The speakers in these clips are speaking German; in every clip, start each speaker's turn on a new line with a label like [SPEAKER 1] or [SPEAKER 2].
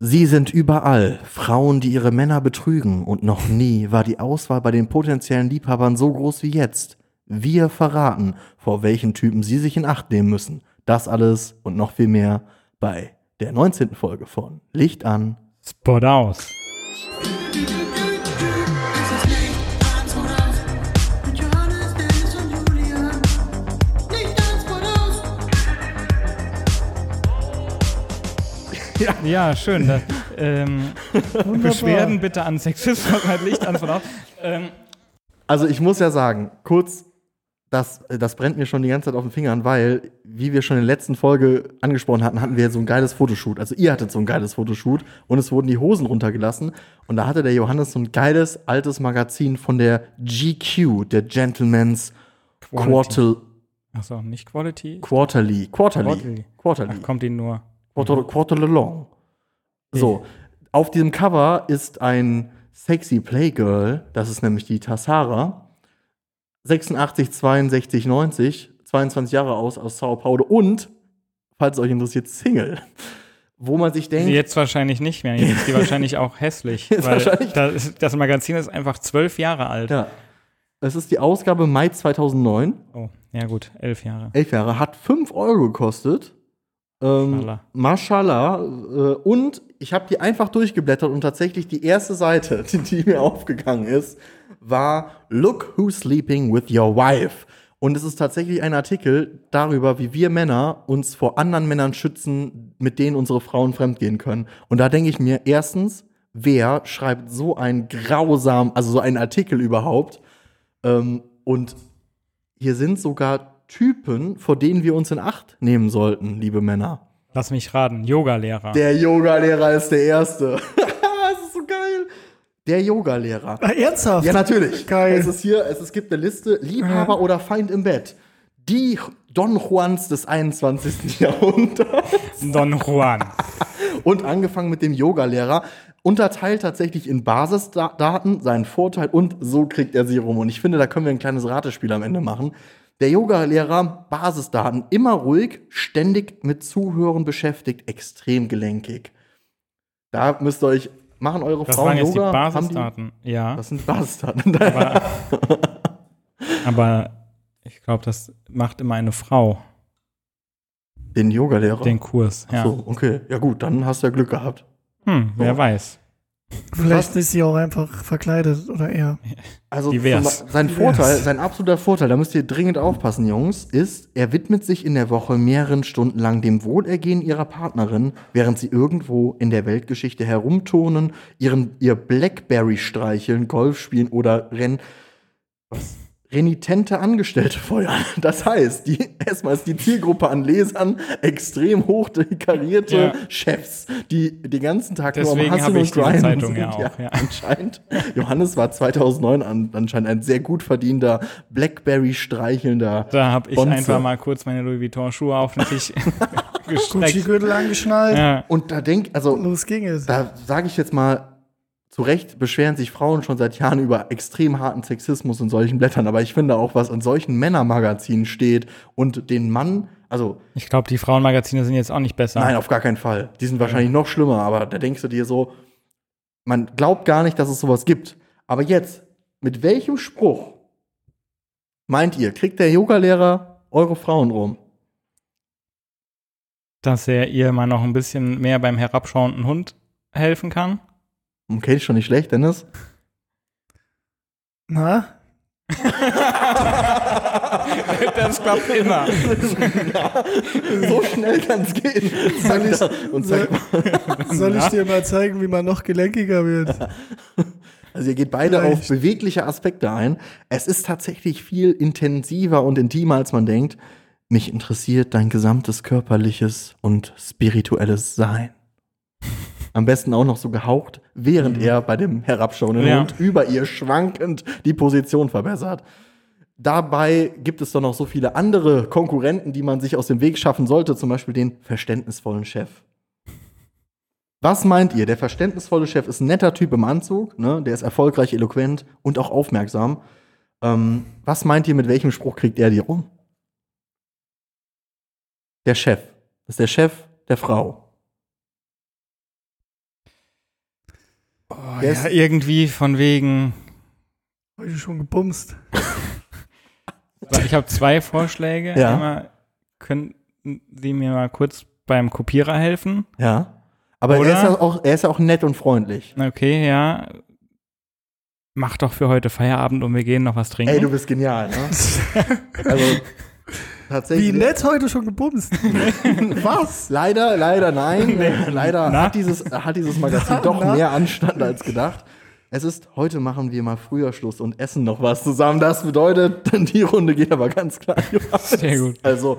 [SPEAKER 1] Sie sind überall Frauen, die ihre Männer betrügen, und noch nie war die Auswahl bei den potenziellen Liebhabern so groß wie jetzt. Wir verraten, vor welchen Typen Sie sich in Acht nehmen müssen. Das alles und noch viel mehr bei der 19. Folge von Licht an.
[SPEAKER 2] Spot aus.
[SPEAKER 3] Mit Johannes, Dennis und Julia. Nicht ans voraus.
[SPEAKER 2] Ja, schön. Da, ähm, Beschwerden bitte an Sexismus mit Licht an. voraus. Ähm,
[SPEAKER 1] Also ich muss ja sagen, kurz, das, das brennt mir schon die ganze Zeit auf den Fingern, weil, wie wir schon in der letzten Folge angesprochen hatten, hatten wir so ein geiles Fotoshoot. Also ihr hattet so ein geiles Fotoshoot und es wurden die Hosen runtergelassen. Und da hatte der Johannes so ein geiles, altes Magazin von der GQ, der Gentleman's Quartal,
[SPEAKER 2] Achso, nicht Quality.
[SPEAKER 1] Quarterly. Quarterly.
[SPEAKER 2] Quarterly.
[SPEAKER 1] Quarterly.
[SPEAKER 2] Ach, kommt die nur.
[SPEAKER 1] Quarter, Quarterlong. So, auf diesem Cover ist ein sexy Playgirl, das ist nämlich die Tassara, 86, 62, 90, 22 Jahre aus, aus Sao Paulo und, falls es euch interessiert, Single. Wo man sich denkt,
[SPEAKER 2] Jetzt wahrscheinlich nicht mehr. Jetzt ist die wahrscheinlich auch hässlich.
[SPEAKER 1] Jetzt
[SPEAKER 2] weil
[SPEAKER 1] wahrscheinlich.
[SPEAKER 2] Das, das Magazin ist einfach zwölf Jahre alt.
[SPEAKER 1] ja, es ist die Ausgabe Mai 2009,
[SPEAKER 2] Oh, ja gut, elf Jahre.
[SPEAKER 1] elf Jahre, hat 5 Euro gekostet. Ähm,
[SPEAKER 2] Mashallah.
[SPEAKER 1] Mashallah. Äh, und ich habe die einfach durchgeblättert und tatsächlich die erste Seite, die, die mir aufgegangen ist, war Look Who's Sleeping with Your Wife. Und es ist tatsächlich ein Artikel darüber, wie wir Männer uns vor anderen Männern schützen, mit denen unsere Frauen fremdgehen können. Und da denke ich mir, erstens, wer schreibt so einen grausam, also so einen Artikel überhaupt? Ähm, und hier sind sogar Typen, vor denen wir uns in Acht nehmen sollten, liebe Männer.
[SPEAKER 2] Lass mich raten, Yoga-Lehrer.
[SPEAKER 1] Der Yogalehrer ist der Erste. das ist so geil. Der Yogalehrer.
[SPEAKER 4] Ernsthaft?
[SPEAKER 1] Ja, natürlich.
[SPEAKER 4] Geil.
[SPEAKER 1] Es ist hier, es, es gibt eine Liste, Liebhaber oder Feind im Bett. Die Don Juans des 21. Jahrhunderts.
[SPEAKER 2] Don Juan.
[SPEAKER 1] Und angefangen mit dem Yogalehrer. Unterteilt tatsächlich in Basisdaten seinen Vorteil und so kriegt er sie rum. Und ich finde, da können wir ein kleines Ratespiel am Ende machen. Der Yogalehrer, Basisdaten, immer ruhig, ständig mit Zuhören beschäftigt, extrem gelenkig. Da müsst ihr euch, machen eure
[SPEAKER 2] Das waren
[SPEAKER 1] Frauen
[SPEAKER 2] jetzt die
[SPEAKER 1] Yoga. haben
[SPEAKER 2] Basisdaten. ne? Ja.
[SPEAKER 1] Das sind Basisdaten.
[SPEAKER 2] Aber ich glaube, das macht immer eine Frau,
[SPEAKER 1] Den Yogalehrer.
[SPEAKER 2] den Kurs. Ja.
[SPEAKER 1] So, okay. Ja gut, dann hast du ja Glück gehabt.
[SPEAKER 2] Hm, wer
[SPEAKER 1] So.
[SPEAKER 2] weiß.
[SPEAKER 4] Vielleicht ist sie auch einfach verkleidet oder er.
[SPEAKER 1] Also
[SPEAKER 2] Divers.
[SPEAKER 1] zum- sein
[SPEAKER 4] Divers.
[SPEAKER 1] Vorteil, sein absoluter Vorteil, da müsst ihr dringend aufpassen, Jungs, ist, er widmet sich in der Woche mehreren Stunden lang dem Wohlergehen ihrer Partnerin, während sie irgendwo in der Weltgeschichte herumturnen, ihren, ihr Blackberry streicheln, Golf spielen oder rennen. Was? Renitente Angestellte feuern. Das heißt, die, erstmal ist die Zielgruppe an Lesern extrem hoch dekarierte
[SPEAKER 2] Ja.
[SPEAKER 1] Chefs, die den ganzen Tag
[SPEAKER 2] Deswegen
[SPEAKER 1] Hasseln
[SPEAKER 2] habe ich
[SPEAKER 1] und
[SPEAKER 2] diese
[SPEAKER 1] Grinden
[SPEAKER 2] Zeitung
[SPEAKER 1] sind.
[SPEAKER 2] ja auch, ja.
[SPEAKER 1] Anscheinend. Johannes war 2009 an, anscheinend ein sehr gut verdienter Blackberry streichelnder.
[SPEAKER 2] Da habe ich
[SPEAKER 1] Bonze.
[SPEAKER 2] einfach mal kurz meine Louis Vuitton-Schuhe auf den Tisch gestreckt.
[SPEAKER 4] Gucci-Gürtel angeschnallt.
[SPEAKER 2] Ja.
[SPEAKER 1] Und da denk, also
[SPEAKER 4] Los ging es.
[SPEAKER 1] da sage ich jetzt mal, zu Recht beschweren sich Frauen schon seit Jahren über extrem harten Sexismus in solchen Blättern, aber ich finde auch, was in solchen Männermagazinen steht und den Mann, also
[SPEAKER 2] Ich glaube, die Frauenmagazine sind jetzt auch nicht besser.
[SPEAKER 1] Nein, auf gar keinen Fall. Die sind wahrscheinlich noch schlimmer, aber da denkst du dir so, man glaubt gar nicht, dass es sowas gibt. Aber jetzt, mit welchem Spruch meint ihr, kriegt der Yogalehrer eure Frauen rum?
[SPEAKER 2] dass er ihr mal noch ein bisschen mehr beim herabschauenden Hund helfen kann.
[SPEAKER 1] Okay, ist schon nicht schlecht, Dennis.
[SPEAKER 4] Na?
[SPEAKER 2] Das klappt immer.
[SPEAKER 1] So schnell kann es gehen. ne? Zack, da, und zack.
[SPEAKER 4] Soll ich dir mal zeigen, wie man noch gelenkiger wird?
[SPEAKER 1] Also ihr geht beide auf
[SPEAKER 4] Vielleicht.
[SPEAKER 1] bewegliche Aspekte ein. Es ist tatsächlich viel intensiver und intimer, als man denkt. Mich interessiert dein gesamtes körperliches und spirituelles Sein. Am besten auch noch so gehaucht, während er bei dem herabschauenden
[SPEAKER 2] Ja.
[SPEAKER 1] Hund über ihr schwankend die Position verbessert. Dabei gibt es doch noch so viele andere Konkurrenten, die man sich aus dem Weg schaffen sollte, zum Beispiel den verständnisvollen Chef. Was meint ihr? Der verständnisvolle Chef ist ein netter Typ im Anzug, ne? der ist erfolgreich, eloquent und auch aufmerksam. Ähm, was meint ihr, mit welchem Spruch kriegt er die rum? Der Chef. Das ist der Chef der Frau.
[SPEAKER 2] Oh,
[SPEAKER 1] Der ist-
[SPEAKER 2] ja, irgendwie von wegen.
[SPEAKER 4] Hab ich schon gebumst.
[SPEAKER 2] Weil Ich habe zwei Vorschläge.
[SPEAKER 1] Ja.
[SPEAKER 2] Einmal könnten Sie mir mal kurz beim Kopierer helfen.
[SPEAKER 1] Ja. Aber er
[SPEAKER 2] Oder?
[SPEAKER 1] ist ja, auch, er ist ja auch nett und freundlich.
[SPEAKER 2] Okay, ja. Mach doch für heute Feierabend und wir gehen noch was trinken.
[SPEAKER 1] Ey, du bist genial, ne? Also,
[SPEAKER 4] Wie
[SPEAKER 1] tatsächlich.
[SPEAKER 4] nett heute schon gebumst.
[SPEAKER 1] Was? Leider, leider nein. Leider
[SPEAKER 2] Na?
[SPEAKER 1] hat dieses, hat dieses Magazin doch mehr Anstand als gedacht. Es ist, heute machen wir mal früher Schluss und essen noch was zusammen. Das bedeutet, die Runde geht aber ganz klar. in die Weiß.
[SPEAKER 2] Sehr gut.
[SPEAKER 1] Also,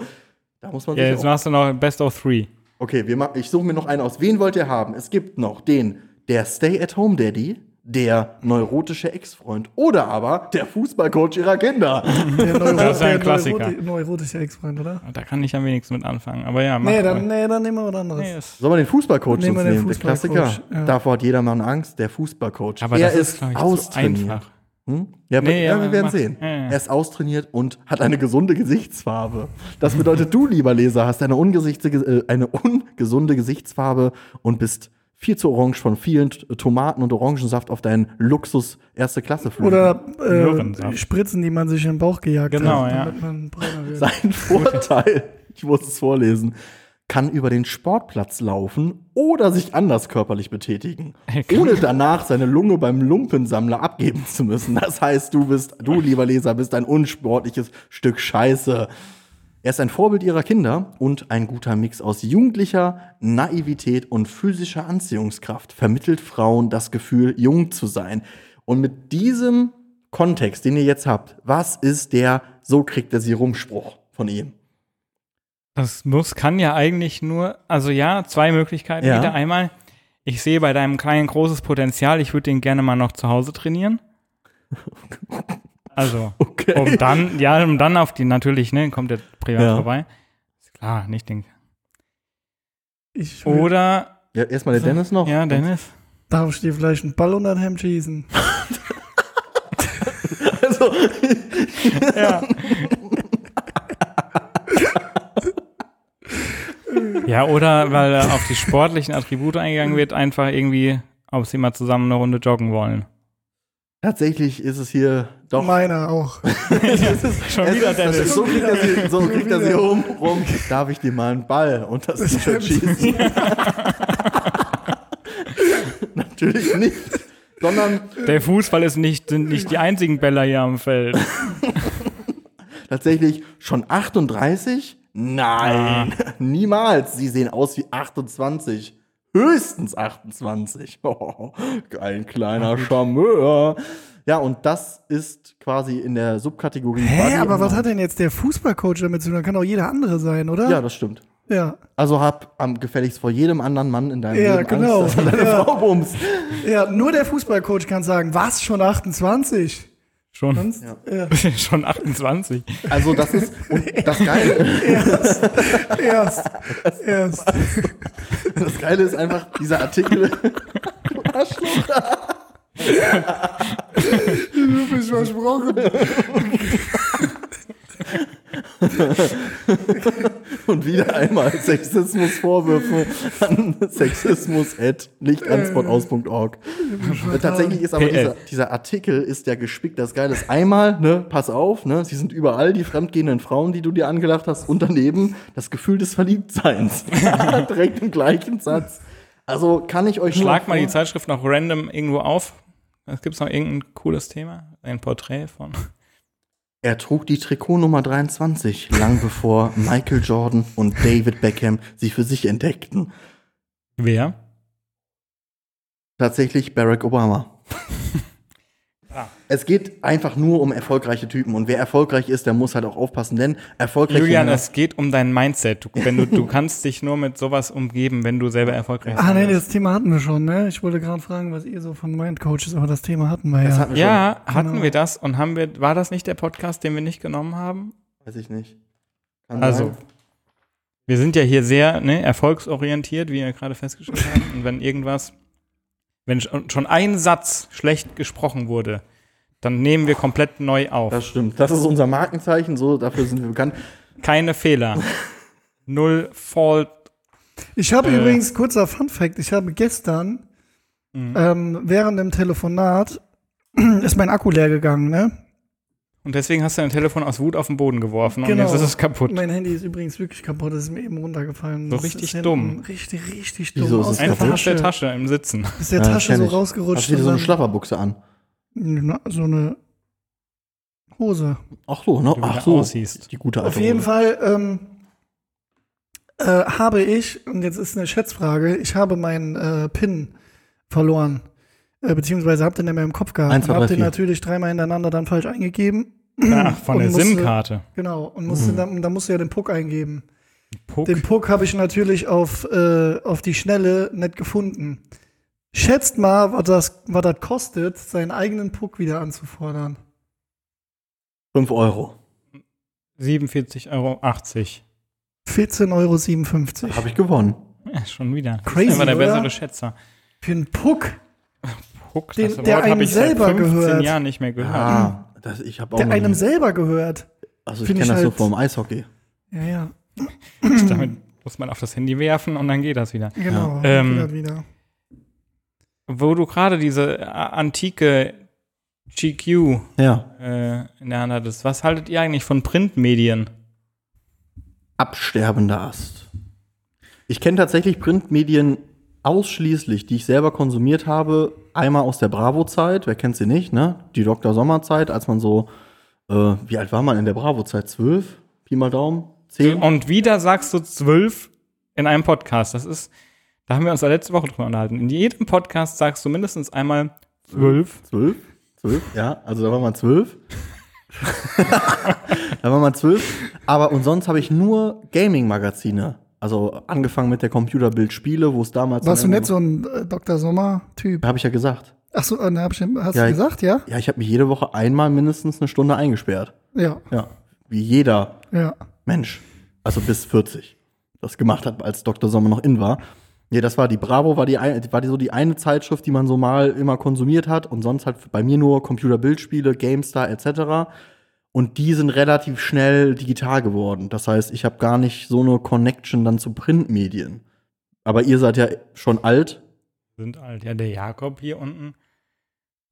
[SPEAKER 1] da muss man
[SPEAKER 2] ja,
[SPEAKER 1] sich
[SPEAKER 2] jetzt machst du noch Best of Three.
[SPEAKER 1] Okay, wir ma- ich suche mir noch einen aus. Wen wollt ihr haben? Es gibt noch den, der Stay-at-Home-Daddy, der neurotische Ex-Freund oder aber der Fußballcoach ihrer Kinder.
[SPEAKER 4] Der Neuro
[SPEAKER 2] Das ist ein
[SPEAKER 4] der
[SPEAKER 2] Klassiker.
[SPEAKER 4] Neuroti- neurotischer Ex-Freund, oder?
[SPEAKER 2] Da kann ich am wenigsten mit anfangen. Aber ja, mach mal.
[SPEAKER 4] Nee dann, nee, dann nehmen wir was anderes.
[SPEAKER 2] Nee, ist-
[SPEAKER 1] Soll man den Fußballcoach nehmen?
[SPEAKER 4] Nehmen wir
[SPEAKER 1] Nehmen?
[SPEAKER 4] den
[SPEAKER 1] der
[SPEAKER 4] Fußballcoach,
[SPEAKER 1] Klassiker.
[SPEAKER 4] ja.
[SPEAKER 1] Davor hat jedermann Angst, der Fußballcoach.
[SPEAKER 2] Aber
[SPEAKER 1] er
[SPEAKER 2] das ist,
[SPEAKER 1] ist,
[SPEAKER 2] glaub ich, zu
[SPEAKER 1] austrainiert.
[SPEAKER 2] einfach.
[SPEAKER 1] Hm? Ja,
[SPEAKER 2] Nee,
[SPEAKER 1] ja,
[SPEAKER 2] ja,
[SPEAKER 1] wir werden
[SPEAKER 2] mach-
[SPEAKER 1] sehen.
[SPEAKER 2] ja, ja.
[SPEAKER 1] Er ist austrainiert und hat eine gesunde Gesichtsfarbe. Das bedeutet, du, lieber Leser, hast eine, ungesichte, äh, eine ungesunde Gesichtsfarbe und bist viel zu orange von vielen T- Tomaten und Orangensaft auf deinen Luxus erste Klasse flug
[SPEAKER 4] Oder äh,
[SPEAKER 2] Möhrensaft.
[SPEAKER 4] Spritzen, die man sich in den Bauch gejagt
[SPEAKER 2] Genau,
[SPEAKER 4] hat,
[SPEAKER 2] ja.
[SPEAKER 4] damit man brauner wird.
[SPEAKER 1] Sein Vorteil, ich muss es vorlesen, kann über den Sportplatz laufen oder sich anders körperlich betätigen, ohne danach seine Lunge beim Lumpensammler abgeben zu müssen. Das heißt, du bist, du lieber Leser, bist ein unsportliches Stück Scheiße. Er ist ein Vorbild ihrer Kinder und ein guter Mix aus jugendlicher Naivität und physischer Anziehungskraft vermittelt Frauen das Gefühl, jung zu sein. Und mit diesem Kontext, den ihr jetzt habt, was ist der so kriegt er sie Rumspruch von ihm?
[SPEAKER 2] Das muss, kann ja eigentlich nur, also ja, zwei Möglichkeiten.
[SPEAKER 1] Ja.
[SPEAKER 2] Wieder einmal, ich sehe bei deinem Kleinen großes Potenzial, ich würde den gerne mal noch zu Hause trainieren. Also,
[SPEAKER 1] Okay.
[SPEAKER 2] um dann, ja, um dann auf die, natürlich, ne, kommt der privat
[SPEAKER 1] Ja.
[SPEAKER 2] vorbei. Ist klar, nicht den.
[SPEAKER 4] Ich will
[SPEAKER 2] Oder,
[SPEAKER 1] Ja, erstmal der Dennis noch.
[SPEAKER 2] ja, Dennis.
[SPEAKER 4] darf ich dir vielleicht einen Ball unter den Hemd schießen.
[SPEAKER 1] Also,
[SPEAKER 2] Ja. ja, oder weil er auf die sportlichen Attribute eingegangen wird, einfach irgendwie, ob sie mal zusammen eine Runde joggen wollen.
[SPEAKER 1] tatsächlich ist es hier doch.
[SPEAKER 4] Meiner auch.
[SPEAKER 1] es ist,
[SPEAKER 2] Schon
[SPEAKER 1] es
[SPEAKER 2] wieder
[SPEAKER 1] ist, das
[SPEAKER 2] Dennis.
[SPEAKER 1] ist, so kriegt er sie, so kriegt er sie
[SPEAKER 4] wieder.
[SPEAKER 1] rum, rum. Darf ich dir mal einen Ball und das T-Shirt schießen? Natürlich nicht. Sondern
[SPEAKER 2] Der Fußball ist nicht, sind nicht die einzigen Bälle hier am Feld.
[SPEAKER 1] tatsächlich schon 38? Nein,
[SPEAKER 4] Ah.
[SPEAKER 1] niemals. Sie sehen aus wie 28. Höchstens 28. Oh, ein
[SPEAKER 4] Ah,
[SPEAKER 1] kleiner Charmeur. Ja, und das ist quasi in der Subkategorie.
[SPEAKER 4] Hä,
[SPEAKER 1] Buddy
[SPEAKER 4] aber
[SPEAKER 1] and
[SPEAKER 2] genau.
[SPEAKER 4] was
[SPEAKER 1] Mom.
[SPEAKER 4] hat denn jetzt der Fußballcoach damit zu tun? Dann kann auch jeder andere sein, oder?
[SPEAKER 1] Ja, das stimmt.
[SPEAKER 4] Ja,
[SPEAKER 1] Also hab am gefälligst vor jedem anderen Mann in deinem
[SPEAKER 4] Ja,
[SPEAKER 1] Leben
[SPEAKER 4] genau.
[SPEAKER 1] Angst, dass du deine
[SPEAKER 4] Ja.
[SPEAKER 1] Frau bumst.
[SPEAKER 4] ja nur der Fußballcoach kann sagen, was, schon 28?
[SPEAKER 2] Schon,
[SPEAKER 4] Sonst, ja.
[SPEAKER 2] schon 28.
[SPEAKER 1] Also das ist und das Geile,
[SPEAKER 4] Erst, erst.
[SPEAKER 1] das Geile ist einfach dieser Artikel.
[SPEAKER 4] Du bist versprochen.
[SPEAKER 1] Und wieder einmal Sexismusvorwürfe an sexismus.lichtansportaus.org.
[SPEAKER 4] Äh,
[SPEAKER 1] Tatsächlich ist aber
[SPEAKER 2] PL.
[SPEAKER 1] dieser, dieser Artikel ist ja gespickt. Das Geile ist einmal, ne, pass auf, ne, sie sind überall die fremdgehenden Frauen, die du dir angelacht hast, und daneben das Gefühl des Verliebtseins. Direkt im gleichen Satz. Also kann ich euch nur
[SPEAKER 2] Schlag mal die
[SPEAKER 1] vor-
[SPEAKER 2] Zeitschrift noch random irgendwo auf. Es gibt noch irgendein cooles Thema. Ein Porträt von.
[SPEAKER 1] Er trug die Trikotnummer 23, lang bevor Michael Jordan und David Beckham sie für sich entdeckten.
[SPEAKER 2] Wer?
[SPEAKER 1] Tatsächlich Barack Obama.
[SPEAKER 2] Ah.
[SPEAKER 1] Es geht einfach nur um erfolgreiche Typen und wer erfolgreich ist, der muss halt auch aufpassen, denn erfolgreich
[SPEAKER 2] Julian, es geht um dein Mindset. Du, wenn du, du kannst dich nur mit sowas umgeben, wenn du selber erfolgreich
[SPEAKER 4] Ah,
[SPEAKER 2] sein
[SPEAKER 4] nee,
[SPEAKER 1] Äh,
[SPEAKER 2] willst.
[SPEAKER 4] das Thema hatten wir schon, ne? Ich wollte gerade fragen, was ihr so von Mindcoach ist, aber das Thema hatten wir ja.
[SPEAKER 1] das hatten wir
[SPEAKER 2] Ja, hatten
[SPEAKER 4] Genau.
[SPEAKER 2] wir das und haben wir, war das nicht der Podcast, den wir nicht genommen haben?
[SPEAKER 1] schon. Weiß ich nicht. Kann
[SPEAKER 2] Also,
[SPEAKER 1] sein.
[SPEAKER 2] wir sind ja hier sehr ne, erfolgsorientiert, wie wir gerade festgestellt haben. Und wenn irgendwas, wenn sch- schon ein Satz schlecht gesprochen wurde, dann nehmen wir komplett neu auf.
[SPEAKER 1] Das stimmt. Das ist unser Markenzeichen, so dafür sind wir bekannt.
[SPEAKER 2] Keine Fehler. Null Fault.
[SPEAKER 4] Ich habe
[SPEAKER 2] Äh.
[SPEAKER 1] äh,
[SPEAKER 4] übrigens, kurzer Fun Fact, ich habe gestern
[SPEAKER 1] Mhm.
[SPEAKER 4] Ähm, während dem Telefonat ist mein Akku leer gegangen, ne?
[SPEAKER 2] Und deswegen hast du dein Telefon aus Wut auf den Boden geworfen
[SPEAKER 4] Genau.
[SPEAKER 2] und jetzt ist es kaputt.
[SPEAKER 4] Mein Handy ist übrigens wirklich kaputt, das ist mir eben runtergefallen.
[SPEAKER 2] So
[SPEAKER 4] Das
[SPEAKER 2] richtig
[SPEAKER 4] ist hinten
[SPEAKER 2] dumm.
[SPEAKER 4] Richtig, richtig dumm.
[SPEAKER 1] Wieso ist es
[SPEAKER 2] Einfach aus der Tasche
[SPEAKER 4] Tasche.
[SPEAKER 2] im Sitzen.
[SPEAKER 4] Ist der
[SPEAKER 1] Ja,
[SPEAKER 4] Tasche
[SPEAKER 1] kenn
[SPEAKER 4] so
[SPEAKER 1] ich. Hast
[SPEAKER 4] rausgerutscht.
[SPEAKER 1] du wieder so eine
[SPEAKER 4] und dann-
[SPEAKER 1] Schlapperbuchse an?
[SPEAKER 4] Na, so eine Hose.
[SPEAKER 1] Ach so, ne?
[SPEAKER 2] Wie du da
[SPEAKER 1] Ach so.
[SPEAKER 2] aussiehst.
[SPEAKER 1] Die gute alte
[SPEAKER 4] Auf jeden
[SPEAKER 1] Hose.
[SPEAKER 4] Fall ähm, äh, habe ich, und jetzt ist eine Schätzfrage, ich habe meinen äh, PIN verloren. Äh, beziehungsweise habt ihr den mehr im Kopf gehabt.
[SPEAKER 1] Eins, zwei,
[SPEAKER 4] und
[SPEAKER 1] drei,
[SPEAKER 4] hab den
[SPEAKER 1] vier.
[SPEAKER 4] natürlich dreimal hintereinander dann falsch eingegeben.
[SPEAKER 2] Ach, von
[SPEAKER 4] Und
[SPEAKER 2] der
[SPEAKER 4] musste-
[SPEAKER 2] SIM-Karte.
[SPEAKER 4] Genau. Und musste
[SPEAKER 1] Mhm.
[SPEAKER 4] dann, dann musst du ja den Puck eingeben.
[SPEAKER 2] Puck.
[SPEAKER 4] Den Puck habe ich natürlich auf, äh, auf die Schnelle nicht gefunden. Schätzt mal, was das, was das kostet, seinen eigenen Puck wieder anzufordern.
[SPEAKER 1] 5 Euro.
[SPEAKER 2] 47,80 Euro.
[SPEAKER 4] 14,57 Euro.
[SPEAKER 1] Habe ich gewonnen.
[SPEAKER 2] Ja, schon wieder.
[SPEAKER 4] Crazy,
[SPEAKER 2] Das ist einfach der
[SPEAKER 4] oder?
[SPEAKER 2] bessere Schätzer.
[SPEAKER 4] Für einen Puck,
[SPEAKER 2] Puck,
[SPEAKER 4] Den-
[SPEAKER 2] das Wort
[SPEAKER 4] der
[SPEAKER 2] hab
[SPEAKER 4] einem
[SPEAKER 2] ich seit
[SPEAKER 4] selber
[SPEAKER 2] 15
[SPEAKER 4] gehört.
[SPEAKER 2] Jahren nicht mehr gehört.
[SPEAKER 1] Ah, das, ich habe auch.
[SPEAKER 4] der
[SPEAKER 1] noch
[SPEAKER 4] einem
[SPEAKER 1] nie-
[SPEAKER 4] selber gehört.
[SPEAKER 1] also ich
[SPEAKER 4] find
[SPEAKER 1] kenne
[SPEAKER 4] ich
[SPEAKER 1] das so
[SPEAKER 4] halt-
[SPEAKER 1] vom Eishockey.
[SPEAKER 4] Ja, ja.
[SPEAKER 2] Damit muss man auf das Handy werfen und dann geht das wieder.
[SPEAKER 4] Genau.
[SPEAKER 2] Ja. Ähm,
[SPEAKER 4] wieder, wieder.
[SPEAKER 2] Wo du gerade diese äh, antike GQ
[SPEAKER 1] Ja.
[SPEAKER 2] äh, in der Hand hattest, was haltet ihr eigentlich von Printmedien?
[SPEAKER 1] Absterbender Ast. Ich kenne tatsächlich Printmedien ausschließlich, die ich selber konsumiert habe. Einmal aus der Bravo-Zeit, wer kennt sie nicht, ne? Die Dr. Sommer-Zeit, als man so, äh, wie alt war man in der Bravo-Zeit? Zwölf? Pi mal Daumen? Zehn?
[SPEAKER 2] Und wieder sagst du zwölf in einem Podcast. Das ist, da haben wir uns ja letzte Woche drüber unterhalten. In jedem Podcast sagst du mindestens einmal zwölf.
[SPEAKER 1] Zwölf? Zwölf, ja. Also da war man zwölf. da war man zwölf. Aber und sonst habe ich nur Gaming-Magazine. Also angefangen mit der Computerbild-Spiele, wo es damals.
[SPEAKER 4] Warst du nicht so ein äh, Dr. Sommer-Typ?
[SPEAKER 1] Habe ich ja gesagt.
[SPEAKER 4] Ach so, äh, ne, hab ich, hast
[SPEAKER 1] Ja,
[SPEAKER 4] du
[SPEAKER 1] ich-
[SPEAKER 4] gesagt, ja?
[SPEAKER 1] Ja, ich habe mich jede Woche einmal mindestens eine Stunde eingesperrt.
[SPEAKER 4] Ja,
[SPEAKER 1] Ja. Wie jeder
[SPEAKER 4] ja.
[SPEAKER 1] Mensch. Also bis 40. Das gemacht hat, als Dr. Sommer noch in war. Ja, das war die Bravo, war die, ein, war die so die eine Zeitschrift, die man so mal immer konsumiert hat und sonst halt bei mir nur Computerbildspiele, GameStar etc. Und die sind relativ schnell digital geworden. Das heißt, ich habe gar nicht so eine Connection dann zu Printmedien. Aber ihr seid ja schon alt.
[SPEAKER 2] Sind alt. Ja, der Jakob hier unten,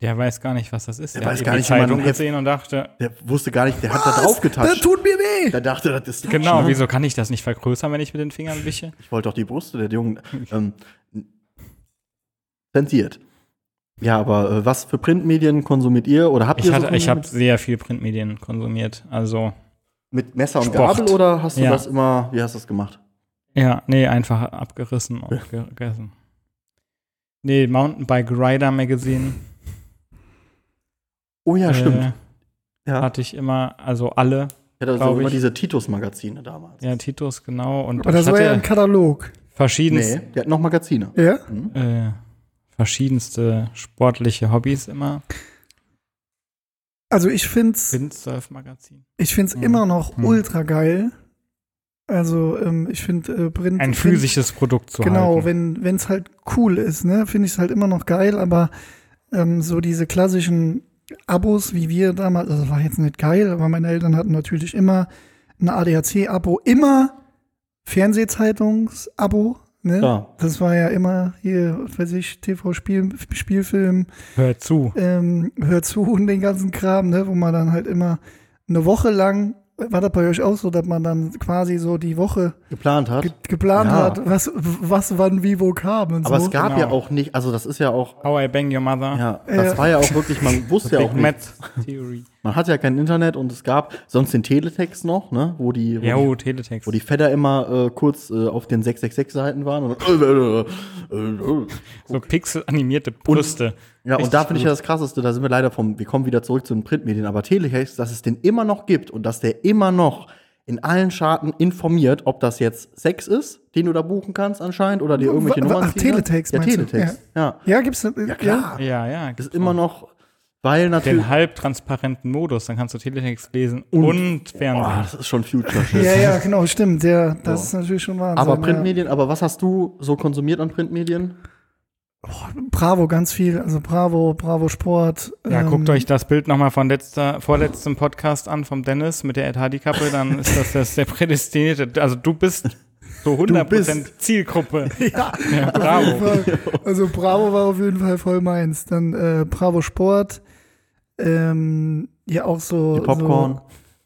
[SPEAKER 2] der weiß gar nicht, was das ist.
[SPEAKER 1] Der
[SPEAKER 2] hat
[SPEAKER 1] weiß
[SPEAKER 2] eben
[SPEAKER 1] gar
[SPEAKER 2] die
[SPEAKER 1] nicht, wie man
[SPEAKER 2] Zeitung
[SPEAKER 1] jetzt-
[SPEAKER 2] gesehen und dachte,
[SPEAKER 1] Der wusste gar nicht, der hat da drauf
[SPEAKER 4] Das
[SPEAKER 1] getatscht.
[SPEAKER 4] tut mir weh!
[SPEAKER 1] Der dachte, das ist Touch,
[SPEAKER 2] genau,
[SPEAKER 1] ne?
[SPEAKER 2] wieso kann ich das nicht vergrößern, wenn ich mit den Fingern wische?
[SPEAKER 1] Ich wollte doch die Brüste der Jungen. Ähm, zensiert. Ja, aber äh, was für Printmedien konsumiert ihr oder habt
[SPEAKER 2] Ich,
[SPEAKER 1] ihr so
[SPEAKER 2] hatte- ich habe
[SPEAKER 1] konsumiert?
[SPEAKER 2] sehr viel Printmedien konsumiert. Also,
[SPEAKER 1] mit Messer und
[SPEAKER 2] Sport.
[SPEAKER 1] Gabel oder hast du
[SPEAKER 2] Ja.
[SPEAKER 1] das immer, wie hast du das gemacht?
[SPEAKER 2] ja, nee, einfach abgerissen und gegessen. Nee, Mountainbike Rider Magazine.
[SPEAKER 1] Oh ja,
[SPEAKER 2] Äh,
[SPEAKER 1] stimmt. Ja.
[SPEAKER 2] Hatte ich immer, also alle.
[SPEAKER 1] Ich hatte also
[SPEAKER 2] glaub
[SPEAKER 1] immer
[SPEAKER 2] ich.
[SPEAKER 1] diese Titus-Magazine damals.
[SPEAKER 2] Ja, Titus, genau. Und
[SPEAKER 4] Aber das
[SPEAKER 2] ich
[SPEAKER 4] war ja ein
[SPEAKER 2] hatte
[SPEAKER 4] Katalog.
[SPEAKER 1] nee,
[SPEAKER 2] verschiedenste,
[SPEAKER 1] die hatten noch Magazine.
[SPEAKER 4] Ja?
[SPEAKER 2] äh, verschiedenste sportliche Hobbys immer.
[SPEAKER 4] Also ich find's,
[SPEAKER 2] Windsurf-Magazin.
[SPEAKER 4] ich find's immer noch
[SPEAKER 2] Hm.
[SPEAKER 4] ultra geil. Also ähm, ich find äh, Print.
[SPEAKER 2] Ein
[SPEAKER 4] find-
[SPEAKER 2] physisches Produkt zu
[SPEAKER 4] Genau,
[SPEAKER 2] halten.
[SPEAKER 4] wenn wenn es halt cool ist, ne, finde ich es halt immer noch geil, aber ähm, so diese klassischen Abos, wie wir damals, also war jetzt nicht geil, aber meine Eltern hatten natürlich immer ein ADAC-Abo, immer Fernsehzeitungs-Abo, ne?
[SPEAKER 1] Ja.
[SPEAKER 4] Das war ja immer hier, was weiß ich, TV-Spiel, Spielfilm,
[SPEAKER 2] Hör zu.
[SPEAKER 4] ähm, hör zu und den ganzen Kram, ne, wo man dann halt immer eine Woche lang, war das bei euch auch so, dass man dann quasi so die Woche
[SPEAKER 1] Geplant hat.
[SPEAKER 4] ge geplant
[SPEAKER 1] Ja.
[SPEAKER 4] hat, was, was wann wie wo kam und
[SPEAKER 1] aber
[SPEAKER 4] so.
[SPEAKER 1] es gab ja
[SPEAKER 2] Genau. Äh,
[SPEAKER 1] auch nicht, also das ist ja auch,
[SPEAKER 2] How I Bang Your Mother.
[SPEAKER 1] ja, das
[SPEAKER 4] Ja.
[SPEAKER 1] war ja auch wirklich, man wusste ja auch
[SPEAKER 2] Big
[SPEAKER 1] nicht,
[SPEAKER 2] Math Theory.
[SPEAKER 1] man hatte ja kein Internet und es gab sonst den Teletext noch, ne, wo die, wo
[SPEAKER 2] Ja,
[SPEAKER 1] die
[SPEAKER 2] oh, Teletext.
[SPEAKER 1] Wo die Fedder immer äh, kurz äh, auf den 666-Seiten waren. Und, äh, äh, äh, äh.
[SPEAKER 2] so pixelanimierte Brüste.
[SPEAKER 1] Ja,
[SPEAKER 2] Richtig
[SPEAKER 1] und da finde ich ja das Krasseste, da sind wir leider vom, wir kommen wieder zurück zu den Printmedien, aber Teletext, dass es den immer noch gibt und dass der immer noch in allen Charten informiert, ob das jetzt Sex ist, den du da buchen kannst anscheinst, oder dir irgendwelche
[SPEAKER 4] Wa- wa-
[SPEAKER 1] Nummern
[SPEAKER 4] ach,
[SPEAKER 1] ziehen kannst.
[SPEAKER 4] Teletext
[SPEAKER 1] Ja,
[SPEAKER 4] meinst du?
[SPEAKER 1] Teletext, ja.
[SPEAKER 4] Ja, gibt's ne-,
[SPEAKER 1] Ja, klar.
[SPEAKER 2] Ja, ja.
[SPEAKER 1] Ist immer noch, weil natürlich,
[SPEAKER 2] den halbtransparenten Modus, dann kannst du Teletext lesen und,
[SPEAKER 1] oh,
[SPEAKER 2] Fernsehen.
[SPEAKER 1] das ist schon Future
[SPEAKER 4] Ja,
[SPEAKER 1] Shit.
[SPEAKER 4] ja, ja, genau, stimmt. Ja, das ist natürlich schon Wahnsinn.
[SPEAKER 1] Aber Printmedien, aber was hast du so konsumiert an Printmedien?
[SPEAKER 4] Ja. Bravo, ganz viel. Also Bravo, Bravo Sport.
[SPEAKER 2] Ja,
[SPEAKER 4] ähm,
[SPEAKER 2] guckt euch das Bild nochmal von letzter, vorletztem Podcast an, vom Dennis mit der Ed Hardy Kappe, dann ist das, das der prädestinierte. Also du bist So 100% Zielgruppe.
[SPEAKER 4] Ja,
[SPEAKER 2] Bravo.
[SPEAKER 4] Fall. Also Bravo war auf jeden Fall voll meins. Dann äh, Bravo Sport. Ähm, ja, auch so.
[SPEAKER 5] Die Popcorn.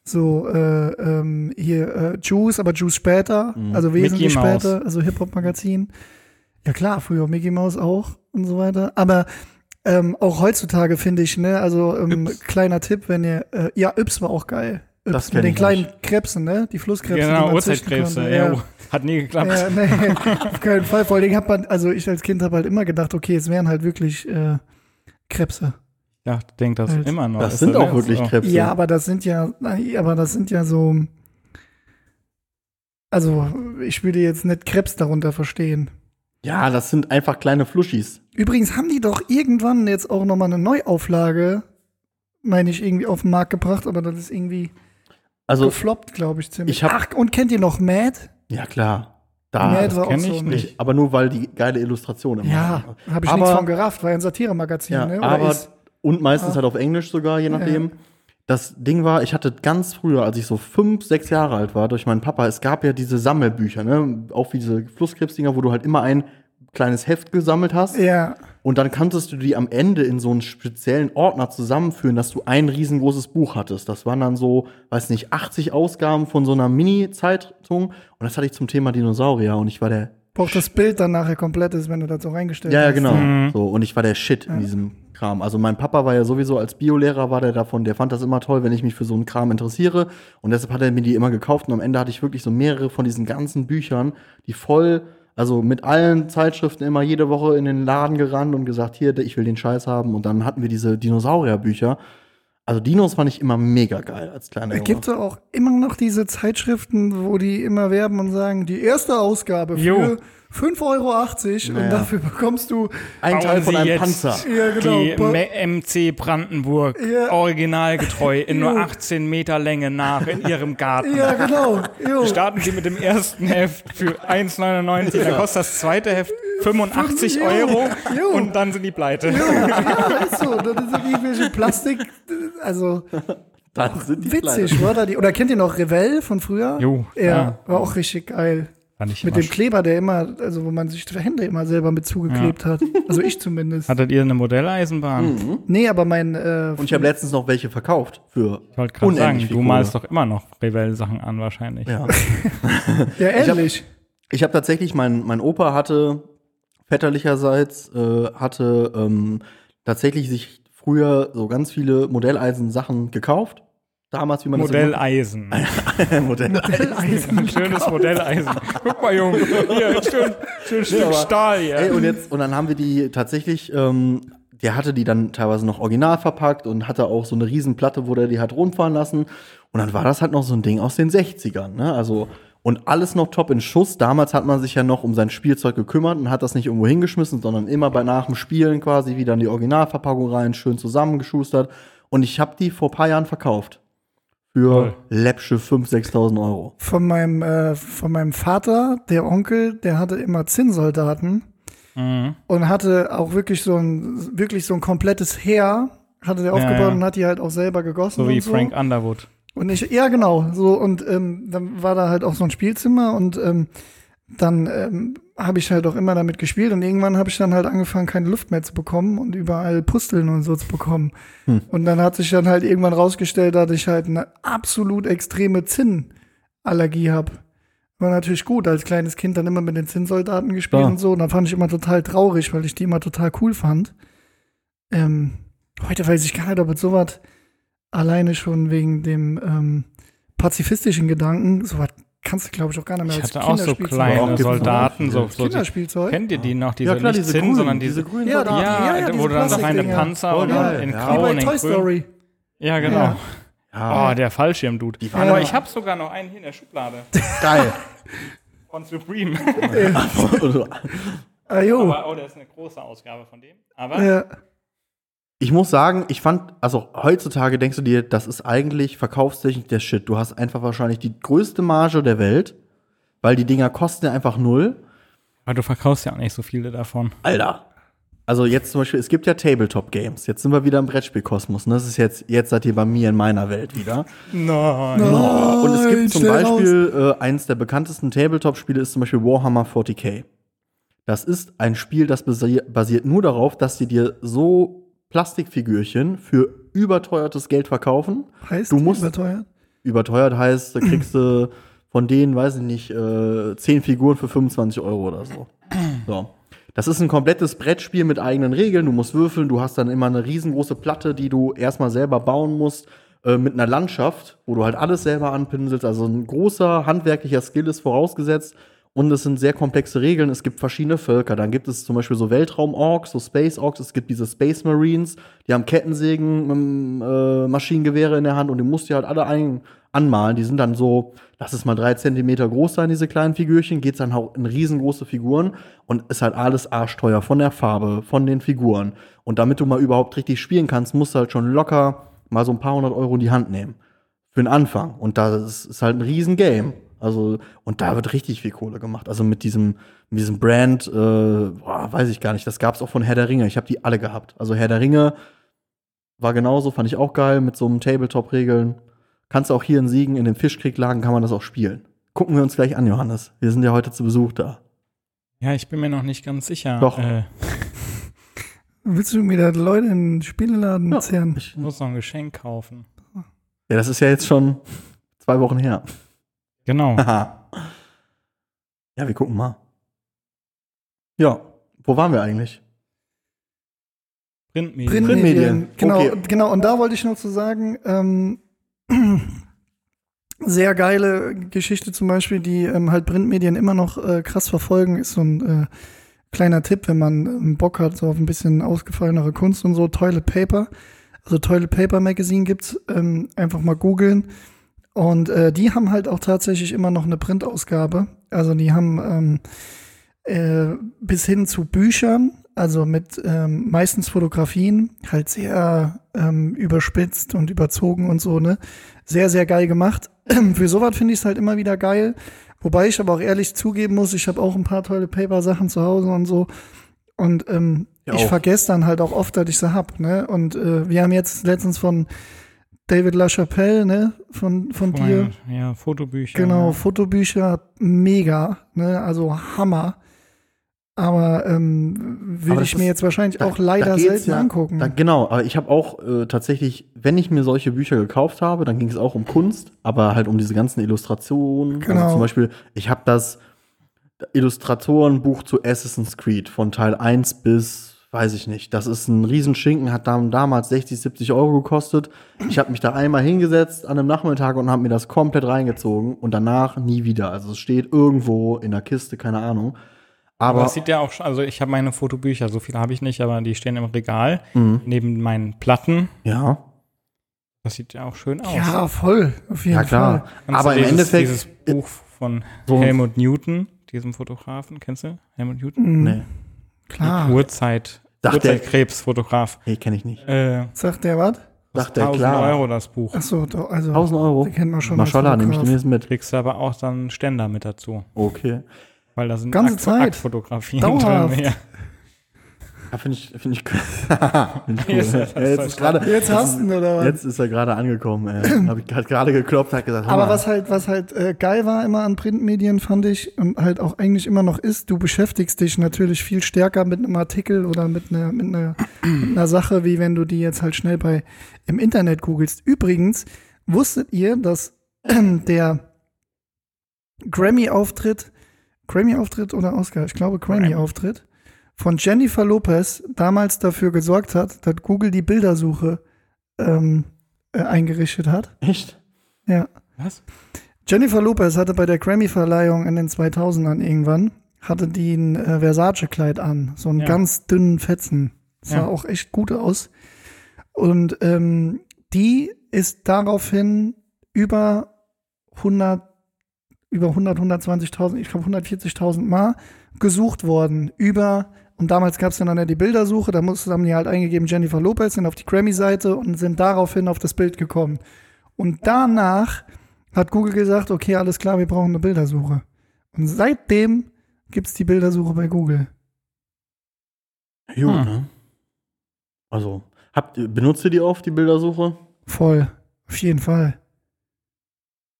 [SPEAKER 4] So, so äh, ähm, hier äh, Juice, aber Juice später.
[SPEAKER 1] Mhm.
[SPEAKER 4] Also wesentlich
[SPEAKER 2] Mickey Mouse.
[SPEAKER 4] später. Also Hip-Hop-Magazin. Ja, klar, früher Mickey Mouse auch und so weiter. Aber ähm, auch heutzutage finde ich, ne, also ähm, kleiner Tipp, wenn ihr. Äh, ja, Yps war auch geil. Yps
[SPEAKER 1] Das kenn
[SPEAKER 4] mit den
[SPEAKER 1] ich
[SPEAKER 4] kleinen Krebsen, ne? Die Flusskrebse. die
[SPEAKER 2] Genau,
[SPEAKER 4] man züchten
[SPEAKER 2] Uhrzeitkrebse.
[SPEAKER 4] konnte.
[SPEAKER 2] Ja. oh, Hat nie geklappt.
[SPEAKER 4] Ja, nee, auf keinen Fall. Vor allen Dingen hat man, also ich als Kind habe halt immer gedacht, okay, es wären halt wirklich äh, Krebse.
[SPEAKER 2] Ja, ich denke das
[SPEAKER 4] Halt.
[SPEAKER 2] immer noch.
[SPEAKER 1] Das
[SPEAKER 2] Ist
[SPEAKER 1] sind auch
[SPEAKER 2] jetzt
[SPEAKER 1] wirklich
[SPEAKER 2] so.
[SPEAKER 1] Krebse.
[SPEAKER 4] Ja, aber das sind ja, aber das sind ja so. Also, ich würde jetzt nicht Krebs darunter verstehen.
[SPEAKER 1] ja, das sind einfach kleine Fluschis.
[SPEAKER 4] Übrigens haben die doch irgendwann jetzt auch nochmal eine Neuauflage, meine ich, irgendwie auf den Markt gebracht, aber das ist irgendwie
[SPEAKER 1] Also,
[SPEAKER 4] gefloppt, glaube ich, ziemlich.
[SPEAKER 1] Ich hab-
[SPEAKER 4] Ach, und kennt ihr noch Mad?
[SPEAKER 1] ja klar. Da.
[SPEAKER 4] Mad
[SPEAKER 2] das kenn ich
[SPEAKER 4] ein-
[SPEAKER 2] nicht.
[SPEAKER 1] aber nur weil die geile Illustration immer
[SPEAKER 4] Ja,
[SPEAKER 1] haben.
[SPEAKER 4] habe ich
[SPEAKER 1] aber,
[SPEAKER 4] nichts von gerafft, war ja ein Satiremagazin,
[SPEAKER 1] ja,
[SPEAKER 4] ne? Oder
[SPEAKER 1] aber
[SPEAKER 4] ist- Ah.
[SPEAKER 1] und meistens halt auf Englisch sogar, je nachdem. Das Ding war, ich hatte ganz früher, als ich so fünf, sechs Jahre alt war, durch meinen Papa, es gab ja diese Sammelbücher, ne? Auch wie diese Flusskrebsdinger, wo du halt immer ein kleines Heft gesammelt hast.
[SPEAKER 4] ja.
[SPEAKER 1] Und dann konntest du die am Ende in so einen speziellen Ordner zusammenführen, dass du ein riesengroßes Buch hattest. Das waren dann so, weiß nicht, 80 Ausgaben von so einer Mini-Zeitung. Und das hatte ich zum Thema Dinosaurier. Und ich war der.
[SPEAKER 4] Braucht das Bild dann nachher komplett ist, wenn du das so reingestellt
[SPEAKER 1] Ja, ja,
[SPEAKER 4] hast.
[SPEAKER 1] genau. So, und ich war der Shit in diesem Kram. Also mein Papa war ja sowieso als Biolehrer, war der davon, der fand das immer toll, wenn ich mich für so einen Kram interessiere. Und deshalb hat er mir die immer gekauft. Und am Ende hatte ich wirklich so mehrere von diesen ganzen Büchern, die voll, also mit allen Zeitschriften immer jede Woche in den Laden gerannt und gesagt, hier, ich will den Scheiß haben. Und dann hatten wir diese Dinosaurierbücher. Also Dinos fand ich immer mega geil als kleiner Junge.
[SPEAKER 4] Gibt es auch immer noch diese Zeitschriften, wo die immer werben und sagen, die erste Ausgabe
[SPEAKER 2] Jo.
[SPEAKER 4] für 5,80 Euro
[SPEAKER 1] Naja.
[SPEAKER 4] und dafür bekommst du
[SPEAKER 1] Ein
[SPEAKER 2] Bauen
[SPEAKER 1] Teil von
[SPEAKER 2] Sie
[SPEAKER 1] einem
[SPEAKER 2] jetzt
[SPEAKER 1] Panzer.
[SPEAKER 4] ja,
[SPEAKER 2] Die
[SPEAKER 4] pa-
[SPEAKER 2] M- MC Brandenburg,
[SPEAKER 4] Ja.
[SPEAKER 2] originalgetreu, in nur
[SPEAKER 4] Jo.
[SPEAKER 2] 18 Meter Länge nach in ihrem Garten.
[SPEAKER 4] ja, genau. Jo.
[SPEAKER 2] Starten Sie mit dem ersten Heft für 1,99, dann kostet das zweite Heft 85
[SPEAKER 4] Jo.
[SPEAKER 2] Euro
[SPEAKER 4] Jo.
[SPEAKER 2] und dann sind die pleite.
[SPEAKER 4] Ja, ist so. Das sind irgendwelche Plastik. Also
[SPEAKER 1] Dann sind die
[SPEAKER 4] witzig, oder? Die, oder kennt ihr noch Revell von früher?
[SPEAKER 2] Jo,
[SPEAKER 4] Ja,
[SPEAKER 2] ja.
[SPEAKER 4] war auch richtig geil.
[SPEAKER 2] Fand ich
[SPEAKER 4] Mit
[SPEAKER 2] immer
[SPEAKER 4] dem Kleber, der immer, also wo man sich die Hände immer selber mit zugeklebt hat. Also ich zumindest.
[SPEAKER 2] Hattet ihr eine Modelleisenbahn?
[SPEAKER 1] Mhm.
[SPEAKER 4] Nee, aber mein äh,
[SPEAKER 1] Und ich habe letztens noch welche verkauft für
[SPEAKER 2] Ich wollte gerade sagen,
[SPEAKER 1] viel
[SPEAKER 2] du
[SPEAKER 1] Kohle.
[SPEAKER 2] malst doch immer noch Revell-Sachen an wahrscheinlich.
[SPEAKER 1] Ja.
[SPEAKER 4] Ja,
[SPEAKER 1] hab-
[SPEAKER 4] ähnlich.
[SPEAKER 1] Ich habe tatsächlich, mein, mein Opa hatte, väterlicherseits, äh, hatte ähm, tatsächlich sich früher so ganz viele Modelleisen-Sachen gekauft. Damals, wie man
[SPEAKER 2] Modelleisen.
[SPEAKER 1] das immer, Modelleisen.
[SPEAKER 2] Ein schönes Modelleisen. Guck mal, Junge. Hier, schön, schön Stück
[SPEAKER 1] aber-
[SPEAKER 2] Stahl hier.
[SPEAKER 1] Ey, und, jetzt, und dann haben wir die tatsächlich, ähm, der hatte die dann teilweise noch original verpackt und hatte auch so eine Riesenplatte, wo der die hat rumfahren lassen. Und dann war das halt noch so ein Ding aus den 60ern, ne? Also, und alles noch top in Schuss. Damals hat man sich ja noch um sein Spielzeug gekümmert und hat das nicht irgendwo hingeschmissen, sondern immer bei nach dem Spielen quasi wieder in die Originalverpackung rein, schön zusammengeschustert. Und ich habe die vor ein paar Jahren verkauft. Für
[SPEAKER 2] Toll.
[SPEAKER 1] läppsche 5.000, 6.000 Euro.
[SPEAKER 4] von meinem, äh, von meinem Vater, der Onkel, der hatte immer Zinnsoldaten
[SPEAKER 2] Mhm.
[SPEAKER 4] und hatte auch wirklich so ein, wirklich so ein komplettes Heer, hatte der aufgebaut
[SPEAKER 2] ja.
[SPEAKER 4] und hat die halt auch selber gegossen.
[SPEAKER 2] so wie
[SPEAKER 4] und so.
[SPEAKER 2] Frank Underwood.
[SPEAKER 4] Und ich, ja, genau, so, und ähm, dann war da halt auch so ein Spielzimmer und ähm, dann ähm, habe ich halt auch immer damit gespielt und irgendwann habe ich dann halt angefangen, keine Luft mehr zu bekommen und überall Pusteln und so zu bekommen. Und dann hat sich dann halt irgendwann rausgestellt, dass ich halt eine absolut extreme Zinnallergie habe. War natürlich gut, als kleines Kind dann immer mit den Zinnsoldaten gespielt
[SPEAKER 1] Klar.
[SPEAKER 4] und so. Und dann fand ich immer total traurig, weil ich die immer total cool fand. Ähm, heute weiß ich gar nicht, ob es sowas alleine schon wegen dem ähm, pazifistischen Gedanken, sowas kannst du, glaube ich, auch gar nicht mehr
[SPEAKER 2] Ich
[SPEAKER 4] als
[SPEAKER 2] hatte auch so
[SPEAKER 4] Kinderspielzeug-
[SPEAKER 1] Auch
[SPEAKER 2] kleine
[SPEAKER 1] gibt's
[SPEAKER 2] Soldaten. So,
[SPEAKER 1] noch.
[SPEAKER 2] so die,
[SPEAKER 4] Kinderspielzeug.
[SPEAKER 2] kennt ihr die noch? Diese,
[SPEAKER 1] Ja, klar,
[SPEAKER 2] nicht
[SPEAKER 1] diese
[SPEAKER 2] Zinn,
[SPEAKER 1] grünen,
[SPEAKER 2] sondern diese,
[SPEAKER 1] diese grünen
[SPEAKER 4] Ja,
[SPEAKER 1] Soldaten.
[SPEAKER 2] Ja,
[SPEAKER 4] Ja, ja, diese
[SPEAKER 2] wo du dann so reine
[SPEAKER 4] Plastikdinger.
[SPEAKER 2] Panzer
[SPEAKER 1] Oh,
[SPEAKER 2] und
[SPEAKER 1] geil.
[SPEAKER 2] in
[SPEAKER 1] Ja.
[SPEAKER 2] Grau
[SPEAKER 4] Wie
[SPEAKER 2] und
[SPEAKER 4] bei
[SPEAKER 2] in Grün.
[SPEAKER 4] Toy Story.
[SPEAKER 2] Ja, genau. Oh, der Fallschirmdude.
[SPEAKER 1] waren
[SPEAKER 2] Aber
[SPEAKER 1] ja-
[SPEAKER 2] ich habe sogar noch einen hier in der Schublade.
[SPEAKER 1] Geil.
[SPEAKER 2] Oh, Von Supreme.
[SPEAKER 4] Ah, jo.
[SPEAKER 2] Aber, oh, der ist eine große Ausgabe von dem. Aber
[SPEAKER 4] Ja.
[SPEAKER 1] Ich muss sagen, ich fand, also heutzutage denkst du dir, das ist eigentlich verkaufstechnisch der Shit. Du hast einfach wahrscheinlich die größte Marge der Welt, weil die Dinger kosten ja einfach null.
[SPEAKER 2] Aber du verkaufst ja auch nicht so viele davon.
[SPEAKER 1] Alter. Also jetzt zum Beispiel, es gibt ja Tabletop-Games. Jetzt sind wir wieder im Brettspielkosmos. Und das ist jetzt, jetzt seid ihr bei mir in meiner Welt wieder.
[SPEAKER 2] Nein.
[SPEAKER 1] Und es gibt zum
[SPEAKER 4] schnell raus.
[SPEAKER 1] Beispiel, äh, eins der bekanntesten Tabletop-Spiele ist zum Beispiel Warhammer 40k. Das ist ein Spiel, das basi- basiert nur darauf, dass sie dir so Plastikfigürchen für überteuertes Geld verkaufen.
[SPEAKER 4] Heißt
[SPEAKER 1] Du musst-
[SPEAKER 4] überteuert?
[SPEAKER 1] Überteuert heißt, da kriegst du von denen, weiß ich nicht, äh, 10 Figuren für 25 Euro oder so. So. Das ist ein komplettes Brettspiel mit eigenen Regeln. Du musst würfeln, du hast dann immer eine riesengroße Platte, die du erstmal selber bauen musst, äh, mit einer Landschaft, wo du halt alles selber anpinselst. Also ein großer handwerklicher Skill ist vorausgesetzt. Und es sind sehr komplexe Regeln. Es gibt verschiedene Völker. Dann gibt es zum Beispiel so Weltraum-Orks, so Space-Orks. Es gibt diese Space Marines, die haben Kettensägen, ähm, äh, Maschinengewehre in der Hand und die musst du halt alle ein anmalen. Die sind dann so, lass es mal drei Zentimeter groß sein, diese kleinen Figürchen. Geht's dann auch in riesengroße Figuren und ist halt alles arschteuer von der Farbe, von den Figuren. Und damit du mal überhaupt richtig spielen kannst, musst du halt schon locker mal so ein paar hundert Euro in die Hand nehmen. Für den Anfang. Und das ist halt ein Riesengame. Also, und da wird richtig viel Kohle gemacht. Also mit diesem, mit diesem Brand, äh, boah, weiß ich gar nicht, das gab's auch von Herr der Ringe. Ich habe die alle gehabt. Also Herr der Ringe war genauso, fand ich auch geil, mit so einem Tabletop-Regeln. Kannst du auch hier in Siegen, in den Fischkrieglagen kann man das auch spielen. Gucken wir uns gleich an, Johannes. Wir sind ja heute zu Besuch da.
[SPEAKER 2] Ja, ich bin mir noch nicht ganz sicher.
[SPEAKER 1] Doch.
[SPEAKER 2] Äh,
[SPEAKER 4] Willst du mir da Leute in den Spieleladen
[SPEAKER 1] Ja.
[SPEAKER 4] zerren?
[SPEAKER 1] Ich,
[SPEAKER 2] ich muss noch ein Geschenk kaufen.
[SPEAKER 1] ja, das ist ja jetzt schon zwei Wochen her.
[SPEAKER 2] Genau.
[SPEAKER 1] Haha. ja, wir gucken mal. Ja, wo waren wir eigentlich?
[SPEAKER 2] Printmedien.
[SPEAKER 4] Printmedien.
[SPEAKER 1] Printmedien,
[SPEAKER 4] Genau,
[SPEAKER 1] okay.
[SPEAKER 4] genau. Und da wollte ich noch zu sagen, ähm, sehr geile Geschichte zum Beispiel, die ähm, halt Printmedien immer noch äh, krass verfolgen, ist so ein äh, kleiner Tipp, wenn man ähm, Bock hat, so auf ein bisschen ausgefallenere Kunst und so, Toilet Paper. Also Toilet Paper Magazine gibt's, ähm, einfach mal googeln. Und äh, die haben halt auch tatsächlich immer noch eine Printausgabe. Also die haben ähm, äh, bis hin zu Büchern, also mit ähm, meistens Fotografien, halt sehr ähm, überspitzt und überzogen und so, ne? Sehr, sehr geil gemacht. Für sowas finde ich es halt immer wieder geil. Wobei ich aber auch ehrlich zugeben muss, ich habe auch ein paar tolle Paper-Sachen zu Hause und so. Und ähm,
[SPEAKER 1] Ja,
[SPEAKER 4] ich
[SPEAKER 1] auch.
[SPEAKER 4] vergesse dann halt auch oft, dass ich sie hab, ne? Und äh, wir haben jetzt letztens von David LaChapelle, ne? Von, von dir.
[SPEAKER 2] Vorhin- Ja, Fotobücher.
[SPEAKER 1] ne?
[SPEAKER 2] ne?
[SPEAKER 4] Genau, Fotobücher mega, ne? also Hammer. Aber ähm, würde
[SPEAKER 1] Aber das
[SPEAKER 4] ich mir
[SPEAKER 1] ist-
[SPEAKER 4] jetzt wahrscheinlich
[SPEAKER 1] da-
[SPEAKER 4] auch leider
[SPEAKER 1] da geht's
[SPEAKER 4] selten
[SPEAKER 1] ja-
[SPEAKER 4] angucken.
[SPEAKER 1] Da, genau, aber ich habe auch äh, tatsächlich, wenn ich mir solche Bücher gekauft habe, dann ging es auch um Kunst, aber halt um diese ganzen Illustrationen.
[SPEAKER 4] Genau.
[SPEAKER 1] Also zum Beispiel, ich habe das Illustratorenbuch zu Assassin's Creed von Teil 1 bis, weiß ich nicht, das ist ein Riesenschinken, hat dam- damals 60, 70 Euro gekostet. Ich habe mich da einmal hingesetzt an einem Nachmittag und habe mir das komplett reingezogen und danach nie wieder. Also es steht irgendwo in der Kiste, keine Ahnung.
[SPEAKER 2] Aber
[SPEAKER 1] Aber,
[SPEAKER 2] es sieht ja auch schon, also ich habe meine Fotobücher, so viele habe ich nicht, aber die stehen im Regal
[SPEAKER 1] Mhm.
[SPEAKER 2] neben meinen Platten.
[SPEAKER 1] ja.
[SPEAKER 2] Das sieht ja auch schön aus.
[SPEAKER 4] ja, voll, auf jeden
[SPEAKER 1] Ja, Also klar.
[SPEAKER 4] Fall.
[SPEAKER 2] Kennst
[SPEAKER 1] Aber
[SPEAKER 2] du
[SPEAKER 1] im
[SPEAKER 2] dieses,
[SPEAKER 1] Endeffekt.
[SPEAKER 2] Dieses Buch von
[SPEAKER 1] So-
[SPEAKER 2] Helmut Newton, diesem Fotografen, kennst du? Helmut Newton?
[SPEAKER 4] Mhm,
[SPEAKER 1] nee,
[SPEAKER 4] Klar.
[SPEAKER 2] Urzeit.
[SPEAKER 1] Sagt der-
[SPEAKER 2] Urzeitkrebsfotograf.
[SPEAKER 1] nee kenne ich nicht.
[SPEAKER 2] Äh,
[SPEAKER 4] Sagt der was?
[SPEAKER 1] Sagt der
[SPEAKER 2] 1000
[SPEAKER 1] klar.
[SPEAKER 2] Euro das Buch.
[SPEAKER 4] Achso, doch, also
[SPEAKER 1] 1000 Euro.
[SPEAKER 4] den kennt man schon. als
[SPEAKER 1] Maschallah, nehme ich
[SPEAKER 4] Fotograf.
[SPEAKER 1] demnächst mit.
[SPEAKER 2] Kriegst du aber auch dann einen Ständer mit dazu.
[SPEAKER 1] Okay.
[SPEAKER 2] Weil da sind
[SPEAKER 4] Ganze
[SPEAKER 2] Akt-
[SPEAKER 4] Zeit.
[SPEAKER 2] Aktfotografien
[SPEAKER 4] Dauerhaft.
[SPEAKER 2] drin. Ja.
[SPEAKER 1] Ja, finde ich, finde ich, find ich cool.
[SPEAKER 2] Jetzt-
[SPEAKER 1] ja, jetzt, ist gerade,
[SPEAKER 4] Jetzt hast du ihn, oder was?
[SPEAKER 1] jetzt ist er gerade angekommen, ey. Hab ich grad- gerade geklopft, hat gesagt, hör
[SPEAKER 4] Aber
[SPEAKER 1] mal,
[SPEAKER 4] was halt, was halt äh, geil war immer an Printmedien, fand ich, und halt auch eigentlich immer noch ist, du beschäftigst dich natürlich viel stärker mit einem Artikel oder mit einer, mit einer, mit einer Sache, wie wenn du die jetzt halt schnell bei im Internet googelst. Übrigens, wusstet ihr, dass der Grammy-Auftritt, Grammy-Auftritt oder Oscar, ich glaube Grammy-Auftritt, von Jennifer Lopez damals dafür gesorgt hat, dass Google die Bildersuche ähm, äh, eingerichtet hat.
[SPEAKER 1] echt?
[SPEAKER 4] Ja.
[SPEAKER 2] Was?
[SPEAKER 4] Jennifer Lopez hatte bei der Grammy-Verleihung in den 2000ern irgendwann, hatte die ein äh, Versace-Kleid an, so einen
[SPEAKER 2] Ja.
[SPEAKER 4] ganz dünnen Fetzen. Sah
[SPEAKER 2] Ja.
[SPEAKER 4] auch echt gut aus. Und ähm, die ist daraufhin über 100, über 100, 120.000, ich glaube 140.000 Mal gesucht worden über und damals gab es dann die Bildersuche, da mussten haben die halt eingegeben Jennifer Lopez, sind auf die Grammy-Seite und sind daraufhin auf das Bild gekommen. Und danach hat Google gesagt, okay, alles klar, wir brauchen eine Bildersuche. Und seitdem gibt's die Bildersuche bei Google.
[SPEAKER 1] Gut, ne? Also, habt, ihr- benutzt ihr die oft, die Bildersuche?
[SPEAKER 4] Voll, auf jeden Fall.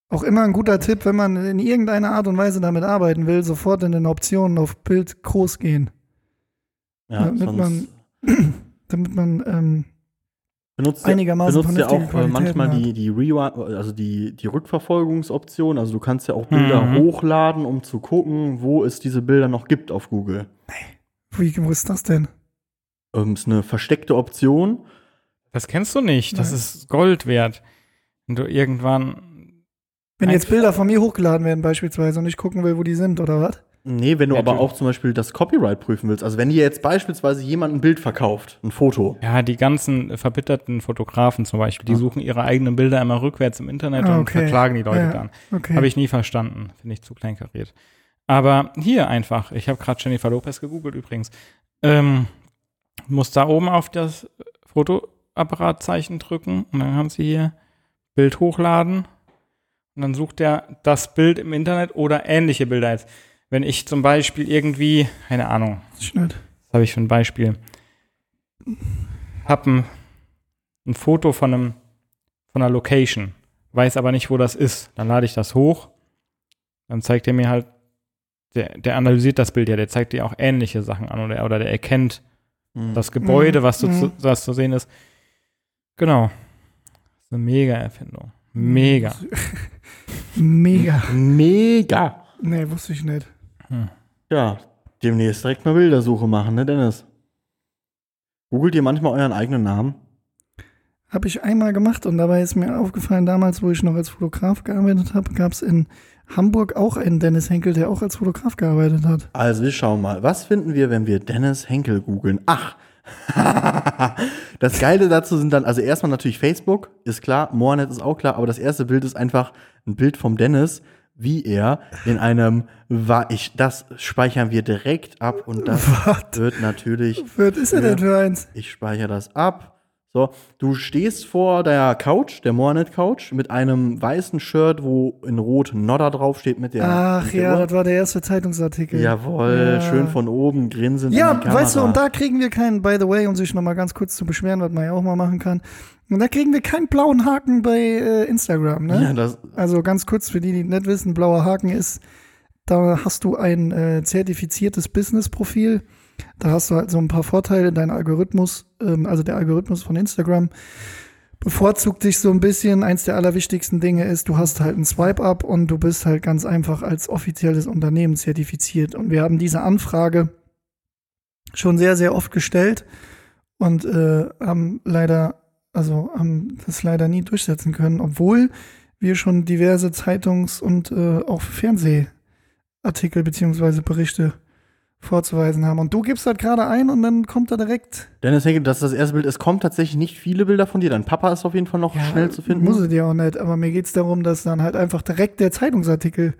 [SPEAKER 4] Auch immer ein guter Tipp, wenn man in irgendeiner Art und Weise damit arbeiten will, sofort in den Optionen auf Bild groß gehen, Ja, mit meinem- damit man ähm,
[SPEAKER 1] benutzt
[SPEAKER 4] einigermaßen
[SPEAKER 1] benutzt ja auch
[SPEAKER 4] vernünftige
[SPEAKER 1] äh,
[SPEAKER 4] Qualitäten
[SPEAKER 1] manchmal
[SPEAKER 4] hat.
[SPEAKER 1] die, die Rewind, also die, die Rückverfolgungsoption. Also du kannst ja auch Bilder
[SPEAKER 2] Mhm.
[SPEAKER 1] hochladen, um zu gucken, wo es diese Bilder noch gibt auf Google.
[SPEAKER 4] Wie, wo ist das denn?
[SPEAKER 1] Ähm, ist eine versteckte Option.
[SPEAKER 2] Das kennst du nicht. Das
[SPEAKER 4] Nein.
[SPEAKER 2] ist Gold wert. Wenn du irgendwann.
[SPEAKER 4] Wenn
[SPEAKER 2] Ein-
[SPEAKER 4] jetzt Bilder von mir hochgeladen werden beispielsweise und ich gucken will, wo die sind oder was?
[SPEAKER 1] Nee, wenn du
[SPEAKER 2] Ja,
[SPEAKER 1] aber
[SPEAKER 2] du-
[SPEAKER 1] auch zum Beispiel das Copyright prüfen willst. Also wenn dir jetzt beispielsweise jemand ein Bild verkauft, ein Foto.
[SPEAKER 2] Ja, die ganzen äh, verbitterten Fotografen zum Beispiel, die
[SPEAKER 1] Ah.
[SPEAKER 2] suchen ihre eigenen Bilder immer rückwärts im Internet
[SPEAKER 4] Ah,
[SPEAKER 2] und
[SPEAKER 4] okay.
[SPEAKER 2] verklagen die Leute
[SPEAKER 4] Ja.
[SPEAKER 2] dann.
[SPEAKER 4] Okay.
[SPEAKER 2] Habe ich nie verstanden. Finde ich zu kleinkariert. Aber hier einfach. Ich habe gerade Jennifer Lopez gegoogelt übrigens. Ähm, muss da oben auf das Fotoapparatzeichen drücken und dann haben sie hier Bild hochladen und dann sucht er das Bild im Internet oder ähnliche Bilder jetzt. Wenn ich zum Beispiel irgendwie, keine Ahnung,
[SPEAKER 4] ich nicht.
[SPEAKER 2] was habe ich für ein Beispiel? Hab ein, ein Foto von einem von einer Location, weiß aber nicht, wo das ist. Dann lade ich das hoch, dann zeigt er mir halt, der, der analysiert das Bild ja, der zeigt dir auch ähnliche Sachen an oder, oder der erkennt das Gebäude, was, du
[SPEAKER 4] Mhm.
[SPEAKER 2] zu, was zu sehen ist. Genau. Das ist eine Mega-Erfindung. Mega.
[SPEAKER 4] Mega.
[SPEAKER 1] Mega.
[SPEAKER 4] Nee, wusste ich nicht.
[SPEAKER 1] Ja, demnächst direkt mal Bildersuche machen, ne, Dennis? Googelt ihr manchmal euren eigenen Namen?
[SPEAKER 4] Habe ich einmal gemacht und dabei ist mir aufgefallen, damals, wo ich noch als Fotograf gearbeitet habe, gab es in Hamburg auch einen Dennis Henkel, der auch als Fotograf gearbeitet hat.
[SPEAKER 1] Also wir schauen mal, was finden wir, wenn wir Dennis Henkel googeln? Ach, das Geile dazu sind dann, also erstmal natürlich Facebook, ist klar, Moornet ist auch klar, aber das erste Bild ist einfach ein Bild vom Dennis, wie er in einem, war ich, das speichern wir direkt ab und das
[SPEAKER 4] Was?
[SPEAKER 1] wird natürlich
[SPEAKER 4] Was ist er
[SPEAKER 1] Ja.
[SPEAKER 4] denn für eins?
[SPEAKER 1] Ich speichere das ab. So, du stehst vor der Couch, der Mornet Couch, mit einem weißen Shirt, wo in rot Nodder draufsteht mit der.
[SPEAKER 4] Ach
[SPEAKER 1] mit der
[SPEAKER 4] ja,
[SPEAKER 1] Uhr.
[SPEAKER 4] das war der erste Zeitungsartikel.
[SPEAKER 1] Jawohl,
[SPEAKER 4] Ja.
[SPEAKER 1] schön von oben grinsend. in die
[SPEAKER 4] Äh, Ja,
[SPEAKER 1] Kamera.
[SPEAKER 4] weißt du, und da kriegen wir keinen, by the way, um sich nochmal ganz kurz zu beschweren, was man ja auch mal machen kann. Und da kriegen wir keinen blauen Haken bei äh, Instagram, ne?
[SPEAKER 1] Ja, das,
[SPEAKER 4] Also ganz kurz für die, die nicht wissen, blauer Haken ist, da hast du ein äh, zertifiziertes Business-Profil. Da hast du halt so ein paar Vorteile. Dein Algorithmus, ähm, also der Algorithmus von Instagram, bevorzugt dich so ein bisschen. Eins der allerwichtigsten Dinge ist, du hast halt einen Swipe-Up und du bist halt ganz einfach als offizielles Unternehmen zertifiziert. Und wir haben diese Anfrage schon sehr, sehr oft gestellt und äh, haben leider, also haben das leider nie durchsetzen können, obwohl wir schon diverse Zeitungs- und äh, auch Fernsehartikel beziehungsweise Berichte vorzuweisen haben. Und du gibst das gerade ein und dann kommt da direkt,
[SPEAKER 1] Dennis Henkel, das ist das erste Bild. Es kommen tatsächlich nicht viele Bilder von dir. Dein Papa ist auf jeden Fall noch schnell zu finden.
[SPEAKER 4] muss es dir auch nicht, aber mir geht's darum, dass dann halt einfach direkt der Zeitungsartikel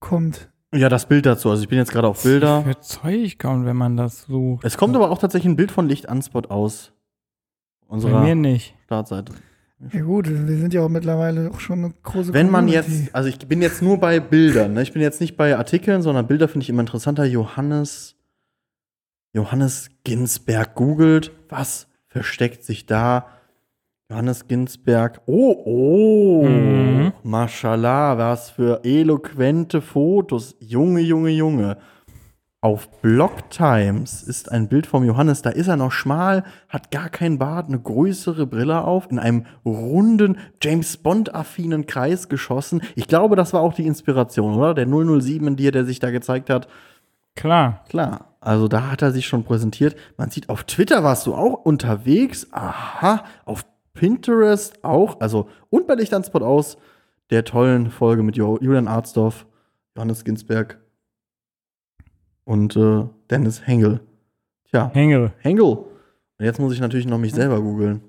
[SPEAKER 4] kommt.
[SPEAKER 1] Ja, das Bild dazu. Also ich bin jetzt gerade auf Bilder.
[SPEAKER 2] Für Zeug kommt, wenn man das sucht.
[SPEAKER 1] Es kommt aber auch tatsächlich ein Bild von Licht Anspot aus
[SPEAKER 2] Bei mir
[SPEAKER 1] unserer
[SPEAKER 2] nicht.
[SPEAKER 1] Startseite.
[SPEAKER 4] Ja gut, wir sind ja auch mittlerweile auch schon eine große
[SPEAKER 1] Wenn man
[SPEAKER 4] Community.
[SPEAKER 1] jetzt, also ich bin jetzt nur bei Bildern, ne? ich bin jetzt nicht bei Artikeln, sondern Bilder finde ich immer interessanter. Johannes, Johannes Ginsberg googelt, was versteckt sich da? Johannes Ginsberg, oh, oh,
[SPEAKER 2] Mhm.
[SPEAKER 1] mashallah, was für eloquente Fotos, Junge, Junge, Junge. Auf Block Times ist ein Bild vom Johannes. Da ist er noch schmal, hat gar keinen Bart, eine größere Brille auf, in einem runden, James Bond-affinen Kreis geschossen. Ich glaube, das war auch die Inspiration, oder? Der 007 in dir, der sich da gezeigt hat.
[SPEAKER 2] Klar.
[SPEAKER 1] Klar, also da hat er sich schon präsentiert. Man sieht, auf Twitter warst du auch unterwegs. Aha, auf Pinterest auch. Also, und bei Licht an Spot aus, der tollen Folge mit Jo- Julian Arzdorf, Johannes Ginsberg und äh, Dennis Hengel. Tja,
[SPEAKER 2] Hengel.
[SPEAKER 1] Hengel. Und jetzt muss ich natürlich noch mich selber googeln.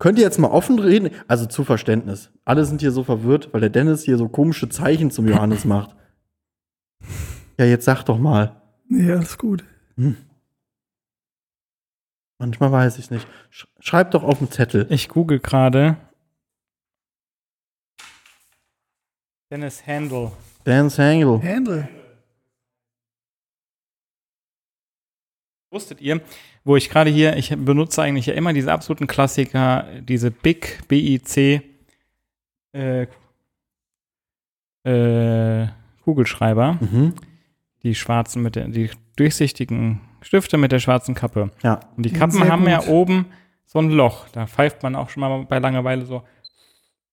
[SPEAKER 1] Könnt ihr jetzt mal offen reden? Also zu Verständnis. Alle sind hier so verwirrt, weil der Dennis hier so komische Zeichen zum Johannes macht. Ja, jetzt sag doch mal.
[SPEAKER 4] Ja, ist gut.
[SPEAKER 1] Hm. Manchmal weiß ich nicht. Sch schreib doch auf den Zettel.
[SPEAKER 2] Ich google gerade. Dennis Handel.
[SPEAKER 1] Dennis Hengel.
[SPEAKER 4] Handle.
[SPEAKER 2] Wusstet ihr, wo ich gerade hier, ich benutze eigentlich ja immer diese absoluten Klassiker, diese Big BIC äh, äh, Kugelschreiber,
[SPEAKER 1] Mhm.
[SPEAKER 2] die schwarzen mit der, die durchsichtigen Stifte mit der schwarzen Kappe.
[SPEAKER 1] Ja.
[SPEAKER 2] Und die
[SPEAKER 4] Die sind
[SPEAKER 2] Kappen
[SPEAKER 4] sehr
[SPEAKER 2] haben ja
[SPEAKER 4] gut.
[SPEAKER 2] oben so ein Loch. Da pfeift man auch schon mal bei Langeweile so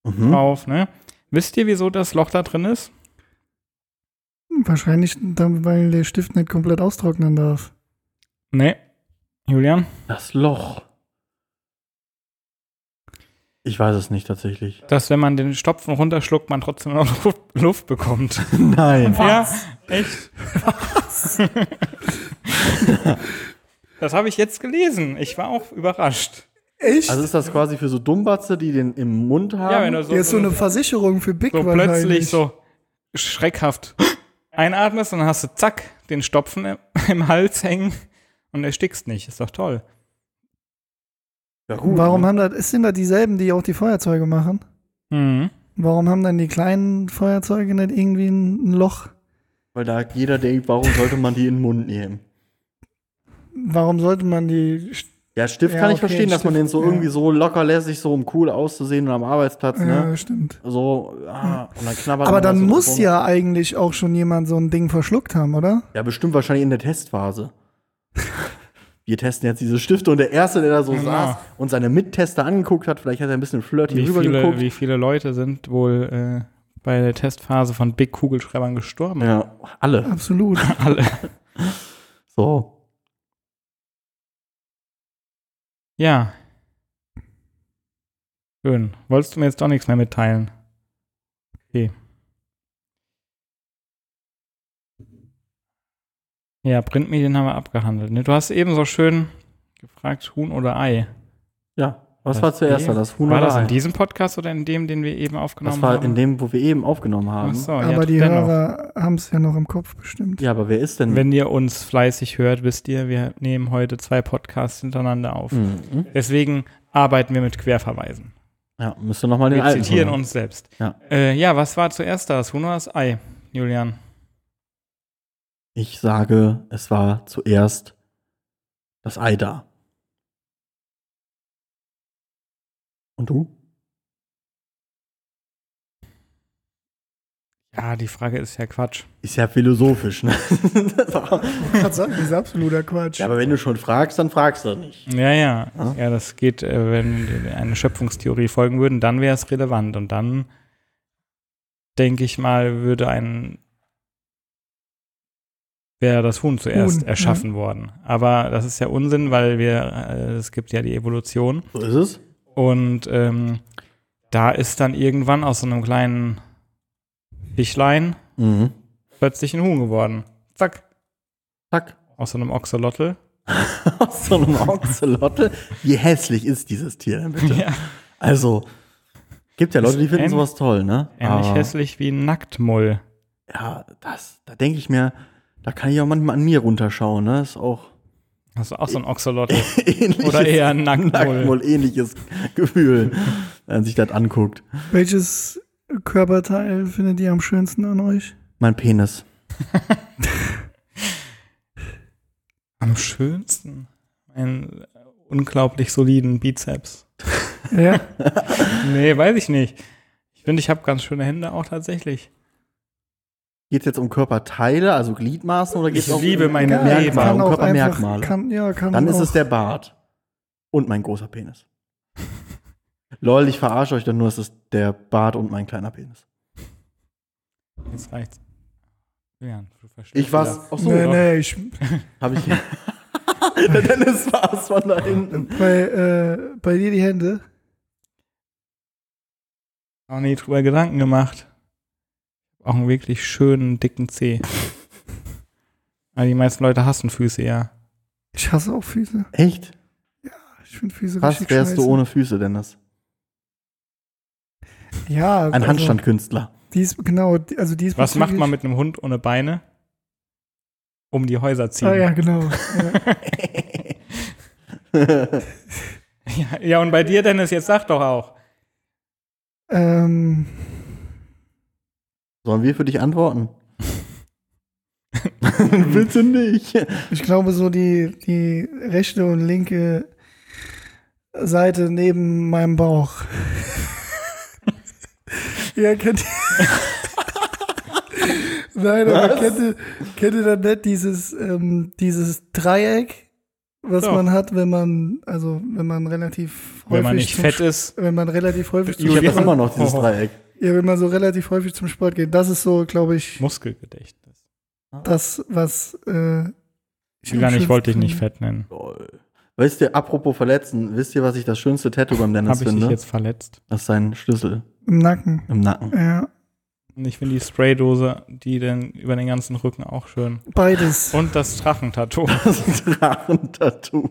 [SPEAKER 1] Mhm.
[SPEAKER 2] drauf, ne? Wisst ihr, wieso das Loch da drin ist?
[SPEAKER 4] hm, Wahrscheinlich, dann, weil der Stift nicht komplett austrocknen darf.
[SPEAKER 2] Nee. Julian?
[SPEAKER 1] Das Loch. Ich weiß es nicht tatsächlich.
[SPEAKER 2] Dass, wenn man den Stopfen runterschluckt, man trotzdem noch Luft- Luft bekommt.
[SPEAKER 1] Nein.
[SPEAKER 2] Ja, echt. das habe ich jetzt gelesen. Ich war auch überrascht.
[SPEAKER 4] Echt?
[SPEAKER 1] Also ist das quasi für so Dummbatze, die den im Mund haben?
[SPEAKER 2] Ja, wenn du so,
[SPEAKER 4] Hier ist so
[SPEAKER 2] so,
[SPEAKER 4] eine Versicherung für Big
[SPEAKER 2] so
[SPEAKER 4] wahrscheinlich.
[SPEAKER 2] plötzlich so schreckhaft einatmest und dann hast du zack den Stopfen im, im Hals hängen und erstickst nicht. Ist doch toll.
[SPEAKER 1] ja, gut. ne?
[SPEAKER 4] Warum haben das, es sind da dieselben, die auch die Feuerzeuge machen?
[SPEAKER 2] Mhm.
[SPEAKER 4] Warum haben dann die kleinen Feuerzeuge nicht irgendwie ein ein Loch?
[SPEAKER 1] Weil da jeder denkt, warum sollte man die in den Mund nehmen?
[SPEAKER 4] Warum sollte man die
[SPEAKER 1] Ja, Stift
[SPEAKER 4] Ja,
[SPEAKER 1] kann ich
[SPEAKER 4] okay,
[SPEAKER 1] verstehen, dass man
[SPEAKER 4] Stift,
[SPEAKER 1] den so
[SPEAKER 4] ja.
[SPEAKER 1] irgendwie so locker lässig, so um cool auszusehen und am Arbeitsplatz, ne?
[SPEAKER 4] Ja, äh, stimmt.
[SPEAKER 1] So, ah, und dann knabbert
[SPEAKER 4] Aber
[SPEAKER 1] man
[SPEAKER 4] dann
[SPEAKER 1] das so
[SPEAKER 4] muss
[SPEAKER 1] rum.
[SPEAKER 4] ja eigentlich auch schon jemand so ein Ding verschluckt haben, oder?
[SPEAKER 1] Ja, bestimmt wahrscheinlich in der Testphase. Wir testen jetzt diese Stifte und der Erste, der da so
[SPEAKER 2] Genau.
[SPEAKER 1] saß und seine Mittester angeguckt hat, vielleicht hat er ein bisschen flirty
[SPEAKER 2] Wie viele,
[SPEAKER 1] rübergeguckt.
[SPEAKER 2] wie viele Leute sind wohl äh, bei der Testphase von Big Kugelschreibern gestorben?
[SPEAKER 1] Ja, alle.
[SPEAKER 4] Absolut.
[SPEAKER 2] Alle.
[SPEAKER 1] So.
[SPEAKER 2] Ja. Schön. Wolltest du mir jetzt doch nichts mehr mitteilen? Okay. Ja, Printmedien haben wir abgehandelt. Ne? Du hast eben so schön gefragt, Huhn oder Ei.
[SPEAKER 1] Ja. Was war zuerst da? Das Huhn
[SPEAKER 2] War
[SPEAKER 1] oder
[SPEAKER 2] das in
[SPEAKER 1] Ei?
[SPEAKER 2] diesem Podcast oder in dem, den wir eben aufgenommen
[SPEAKER 1] Das war
[SPEAKER 2] haben?
[SPEAKER 1] in dem, wo wir eben aufgenommen
[SPEAKER 2] Ach
[SPEAKER 1] haben.
[SPEAKER 2] so, ja,
[SPEAKER 4] Aber die
[SPEAKER 2] dennoch.
[SPEAKER 4] Hörer haben es ja noch im Kopf bestimmt.
[SPEAKER 1] Ja, aber wer ist denn?
[SPEAKER 2] Wenn ihr uns fleißig hört, wisst ihr, wir nehmen heute zwei Podcasts hintereinander auf.
[SPEAKER 1] Mhm.
[SPEAKER 2] Deswegen arbeiten wir mit Querverweisen.
[SPEAKER 1] Ja, müsst ihr nochmal den
[SPEAKER 2] Wir
[SPEAKER 1] alten
[SPEAKER 2] zitieren
[SPEAKER 1] hören.
[SPEAKER 2] uns selbst.
[SPEAKER 1] Ja.
[SPEAKER 2] Äh, ja, was war zuerst da? Das Huhn oder das Ei, Julian?
[SPEAKER 1] Ich sage, es war zuerst das Ei da. Und du?
[SPEAKER 2] Ja, die Frage ist ja Quatsch.
[SPEAKER 1] Ist ja philosophisch, ne?
[SPEAKER 4] Ja, sagen, das ist absoluter Quatsch.
[SPEAKER 1] ja, aber wenn du schon fragst, dann fragst du nicht.
[SPEAKER 2] Ja, ja.
[SPEAKER 1] Ja.
[SPEAKER 2] Ja, das geht, äh, wenn wir einer Schöpfungstheorie folgen würden, dann wäre es relevant. Und dann, denke ich mal, würde ein wäre das Huhn zuerst
[SPEAKER 4] Huhn, ja.
[SPEAKER 2] erschaffen worden. Aber das ist ja Unsinn, weil wir, äh, es gibt ja die Evolution.
[SPEAKER 1] So ist es.
[SPEAKER 2] Und ähm, da ist dann irgendwann aus so einem kleinen Fischlein
[SPEAKER 1] Mhm.
[SPEAKER 2] plötzlich ein Huhn geworden. Zack.
[SPEAKER 1] Zack.
[SPEAKER 2] Aus so einem Oxolotl.
[SPEAKER 1] Aus so einem Oxalotl. Wie hässlich ist dieses Tier denn bitte?
[SPEAKER 2] Ja.
[SPEAKER 1] Also, gibt ja Leute, die finden
[SPEAKER 2] Ähn-
[SPEAKER 1] sowas toll, ne?
[SPEAKER 2] Ähnlich
[SPEAKER 1] Aber-
[SPEAKER 2] hässlich wie ein Nacktmull.
[SPEAKER 1] Ja, das, da denke ich mir, da kann ich auch manchmal an mir runterschauen, ne? Ist auch
[SPEAKER 2] Hast du Also auch so ein Oxolotl?
[SPEAKER 1] ähnliches,
[SPEAKER 2] Oder eher ein Nacktmull.
[SPEAKER 1] Nacktmull, ähnliches Gefühl, wenn man sich das anguckt.
[SPEAKER 4] Welches Körperteil findet ihr am schönsten an euch?
[SPEAKER 1] Mein Penis.
[SPEAKER 2] Am schönsten. Einen unglaublich soliden Bizeps.
[SPEAKER 4] Ja,
[SPEAKER 2] Nee, weiß ich nicht. Ich finde, ich habe ganz schöne Hände auch tatsächlich.
[SPEAKER 1] Geht es jetzt um Körperteile, also Gliedmaßen, oder geht es
[SPEAKER 2] Ich
[SPEAKER 1] um
[SPEAKER 2] liebe meine
[SPEAKER 1] Ja,
[SPEAKER 2] Leber.
[SPEAKER 1] Merkmale, um
[SPEAKER 4] kann auch einfach,
[SPEAKER 1] Körpermerkmale?
[SPEAKER 4] kann, ja, kann
[SPEAKER 1] Dann ist
[SPEAKER 4] auch,
[SPEAKER 1] es der Bart. Und mein großer Penis. Lol, ich verarsche euch dann nur, es ist der Bart und mein kleiner Penis.
[SPEAKER 2] Jetzt reicht's. Ja, du verstehst
[SPEAKER 1] Ich war's.
[SPEAKER 2] wieder.
[SPEAKER 1] Ach so,
[SPEAKER 4] Nee,
[SPEAKER 1] doch.
[SPEAKER 4] nee, ich, äh,
[SPEAKER 1] hab ich. der Dennis war's von da hinten.
[SPEAKER 4] bei, äh, bei dir die Hände.
[SPEAKER 2] Auch nie drüber Gedanken gemacht. Auch einen wirklich schönen, dicken Zeh. Aber die meisten Leute hassen Füße, ja.
[SPEAKER 4] Ich hasse auch Füße.
[SPEAKER 1] Echt?
[SPEAKER 4] Ich finde Füße
[SPEAKER 1] Was
[SPEAKER 4] richtig
[SPEAKER 1] wärst
[SPEAKER 4] scheiße.
[SPEAKER 1] du ohne Füße, Dennis?
[SPEAKER 4] Ja,
[SPEAKER 1] Ein Handstandkünstler.
[SPEAKER 4] Dies, genau, die- also dies
[SPEAKER 2] Was macht man mit einem Hund ohne Beine? Um die Häuser ziehen.
[SPEAKER 4] Ah ja, genau. Ja.
[SPEAKER 2] ja. ja, und bei dir, Dennis, jetzt sag doch auch.
[SPEAKER 4] ähm,
[SPEAKER 1] Sollen wir für dich antworten? Bitte nicht.
[SPEAKER 4] Ich glaube, so die, die rechte und linke Seite neben meinem Bauch. ja, kennt ihr. Nein, aber kennt ihr, kennt ihr dann nicht dieses, ähm, dieses Dreieck, was
[SPEAKER 2] Doch.
[SPEAKER 4] man hat, wenn man, also wenn man relativ häufig
[SPEAKER 2] Wenn man nicht
[SPEAKER 4] zum
[SPEAKER 2] fett
[SPEAKER 4] Sch-
[SPEAKER 2] ist.
[SPEAKER 4] wenn man relativ häufig
[SPEAKER 1] Ich
[SPEAKER 4] zum
[SPEAKER 1] habe
[SPEAKER 2] Julia-
[SPEAKER 1] das
[SPEAKER 4] Sport,
[SPEAKER 1] immer noch, dieses
[SPEAKER 2] Oh.
[SPEAKER 1] Dreieck.
[SPEAKER 4] ja, wenn man so relativ häufig zum Sport geht, das ist so, glaube ich,
[SPEAKER 2] Muskelgedächtnis.
[SPEAKER 4] das, was äh,
[SPEAKER 2] Ich, will gar
[SPEAKER 4] am
[SPEAKER 2] nicht, wollte ich
[SPEAKER 4] schönsten
[SPEAKER 2] nicht
[SPEAKER 4] finde.
[SPEAKER 2] fett nennen.
[SPEAKER 1] Lol. Wisst ihr, apropos Verletzen, wisst ihr, was ich das schönste Tattoo beim Dennis
[SPEAKER 2] Habe ich dich
[SPEAKER 1] finde?
[SPEAKER 2] jetzt verletzt?
[SPEAKER 1] Das ist sein Schlüssel
[SPEAKER 4] Im Nacken.
[SPEAKER 1] im Nacken.
[SPEAKER 4] Ja,
[SPEAKER 2] Und ich finde die Spraydose, die dann über den ganzen Rücken auch schön.
[SPEAKER 4] beides.
[SPEAKER 2] Und das Drachentattoo.
[SPEAKER 1] Das ist ein Drachentattoo.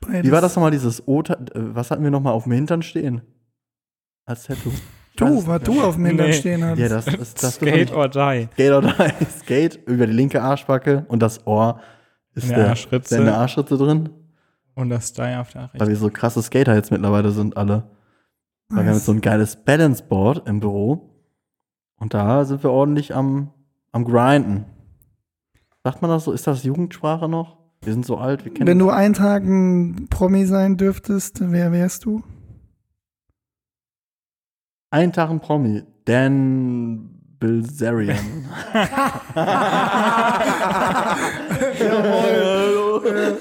[SPEAKER 4] beides.
[SPEAKER 1] Wie war das nochmal, dieses O? äh, Was hatten wir nochmal auf dem Hintern stehen? Als Tattoo.
[SPEAKER 4] Du, was du auf dem Hintern
[SPEAKER 2] Nee.
[SPEAKER 4] stehen hast.
[SPEAKER 1] Also, Ja, das ist das
[SPEAKER 2] Skate
[SPEAKER 1] Skate,
[SPEAKER 2] or die.
[SPEAKER 1] Skate oder die. Skate über die linke Arschbacke und das Ohr ist
[SPEAKER 2] In der
[SPEAKER 1] der,
[SPEAKER 2] Arschritze.
[SPEAKER 1] da in der Arschritze drin.
[SPEAKER 2] Und das Die auf der
[SPEAKER 1] Weil
[SPEAKER 2] rechten.
[SPEAKER 1] wir so krasse Skater jetzt mittlerweile sind alle. Weil wir haben
[SPEAKER 4] Nice.
[SPEAKER 1] jetzt so ein geiles Balanceboard im Büro. Und da sind wir ordentlich am, am Grinden. Sagt man das so? Ist das Jugendsprache noch? Wir sind so alt, wir kennen
[SPEAKER 4] Wenn du einen Tag ein Promi sein dürftest, wer wärst du?
[SPEAKER 1] einen Tag ein Promi. Dan Bilzerian. Jawohl.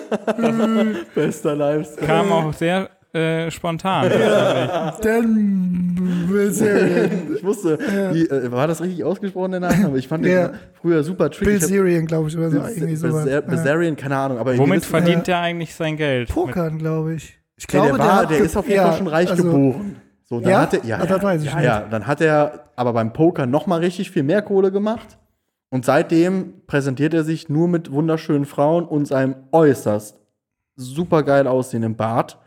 [SPEAKER 1] Bester Lifestyle.
[SPEAKER 2] Kam auch sehr äh, spontan. tatsächlich.
[SPEAKER 4] Dann Bilzerian.
[SPEAKER 1] Ich wusste, wie, äh, war das richtig ausgesprochen, der Nachname? Ich fand den
[SPEAKER 4] Ja.
[SPEAKER 1] früher super tricky. Ich hab-
[SPEAKER 4] Bilzerian, glaube ich, oder so. Irgendwie sowas.
[SPEAKER 1] Bizar-
[SPEAKER 4] Ja.
[SPEAKER 1] Bizarrian, keine Ahnung. Aber ihr
[SPEAKER 2] Womit
[SPEAKER 1] wisst-
[SPEAKER 2] verdient er eigentlich sein Geld?
[SPEAKER 4] Pokern, glaube ich. Ich
[SPEAKER 1] Nee,
[SPEAKER 4] glaube,
[SPEAKER 1] der, war,
[SPEAKER 4] hat
[SPEAKER 1] der
[SPEAKER 4] ge-
[SPEAKER 1] ist auf jeden
[SPEAKER 4] ja,
[SPEAKER 1] Fall schon reich
[SPEAKER 4] also,
[SPEAKER 1] geboren. So, dann
[SPEAKER 4] Ja?
[SPEAKER 1] hat er, ja,
[SPEAKER 4] Ah, das weiß ich
[SPEAKER 1] ja,
[SPEAKER 4] nicht.
[SPEAKER 1] ja, dann hat er aber beim Poker noch mal richtig viel mehr Kohle gemacht. Und seitdem präsentiert er sich nur mit wunderschönen Frauen und seinem äußerst supergeil aussehenden Bart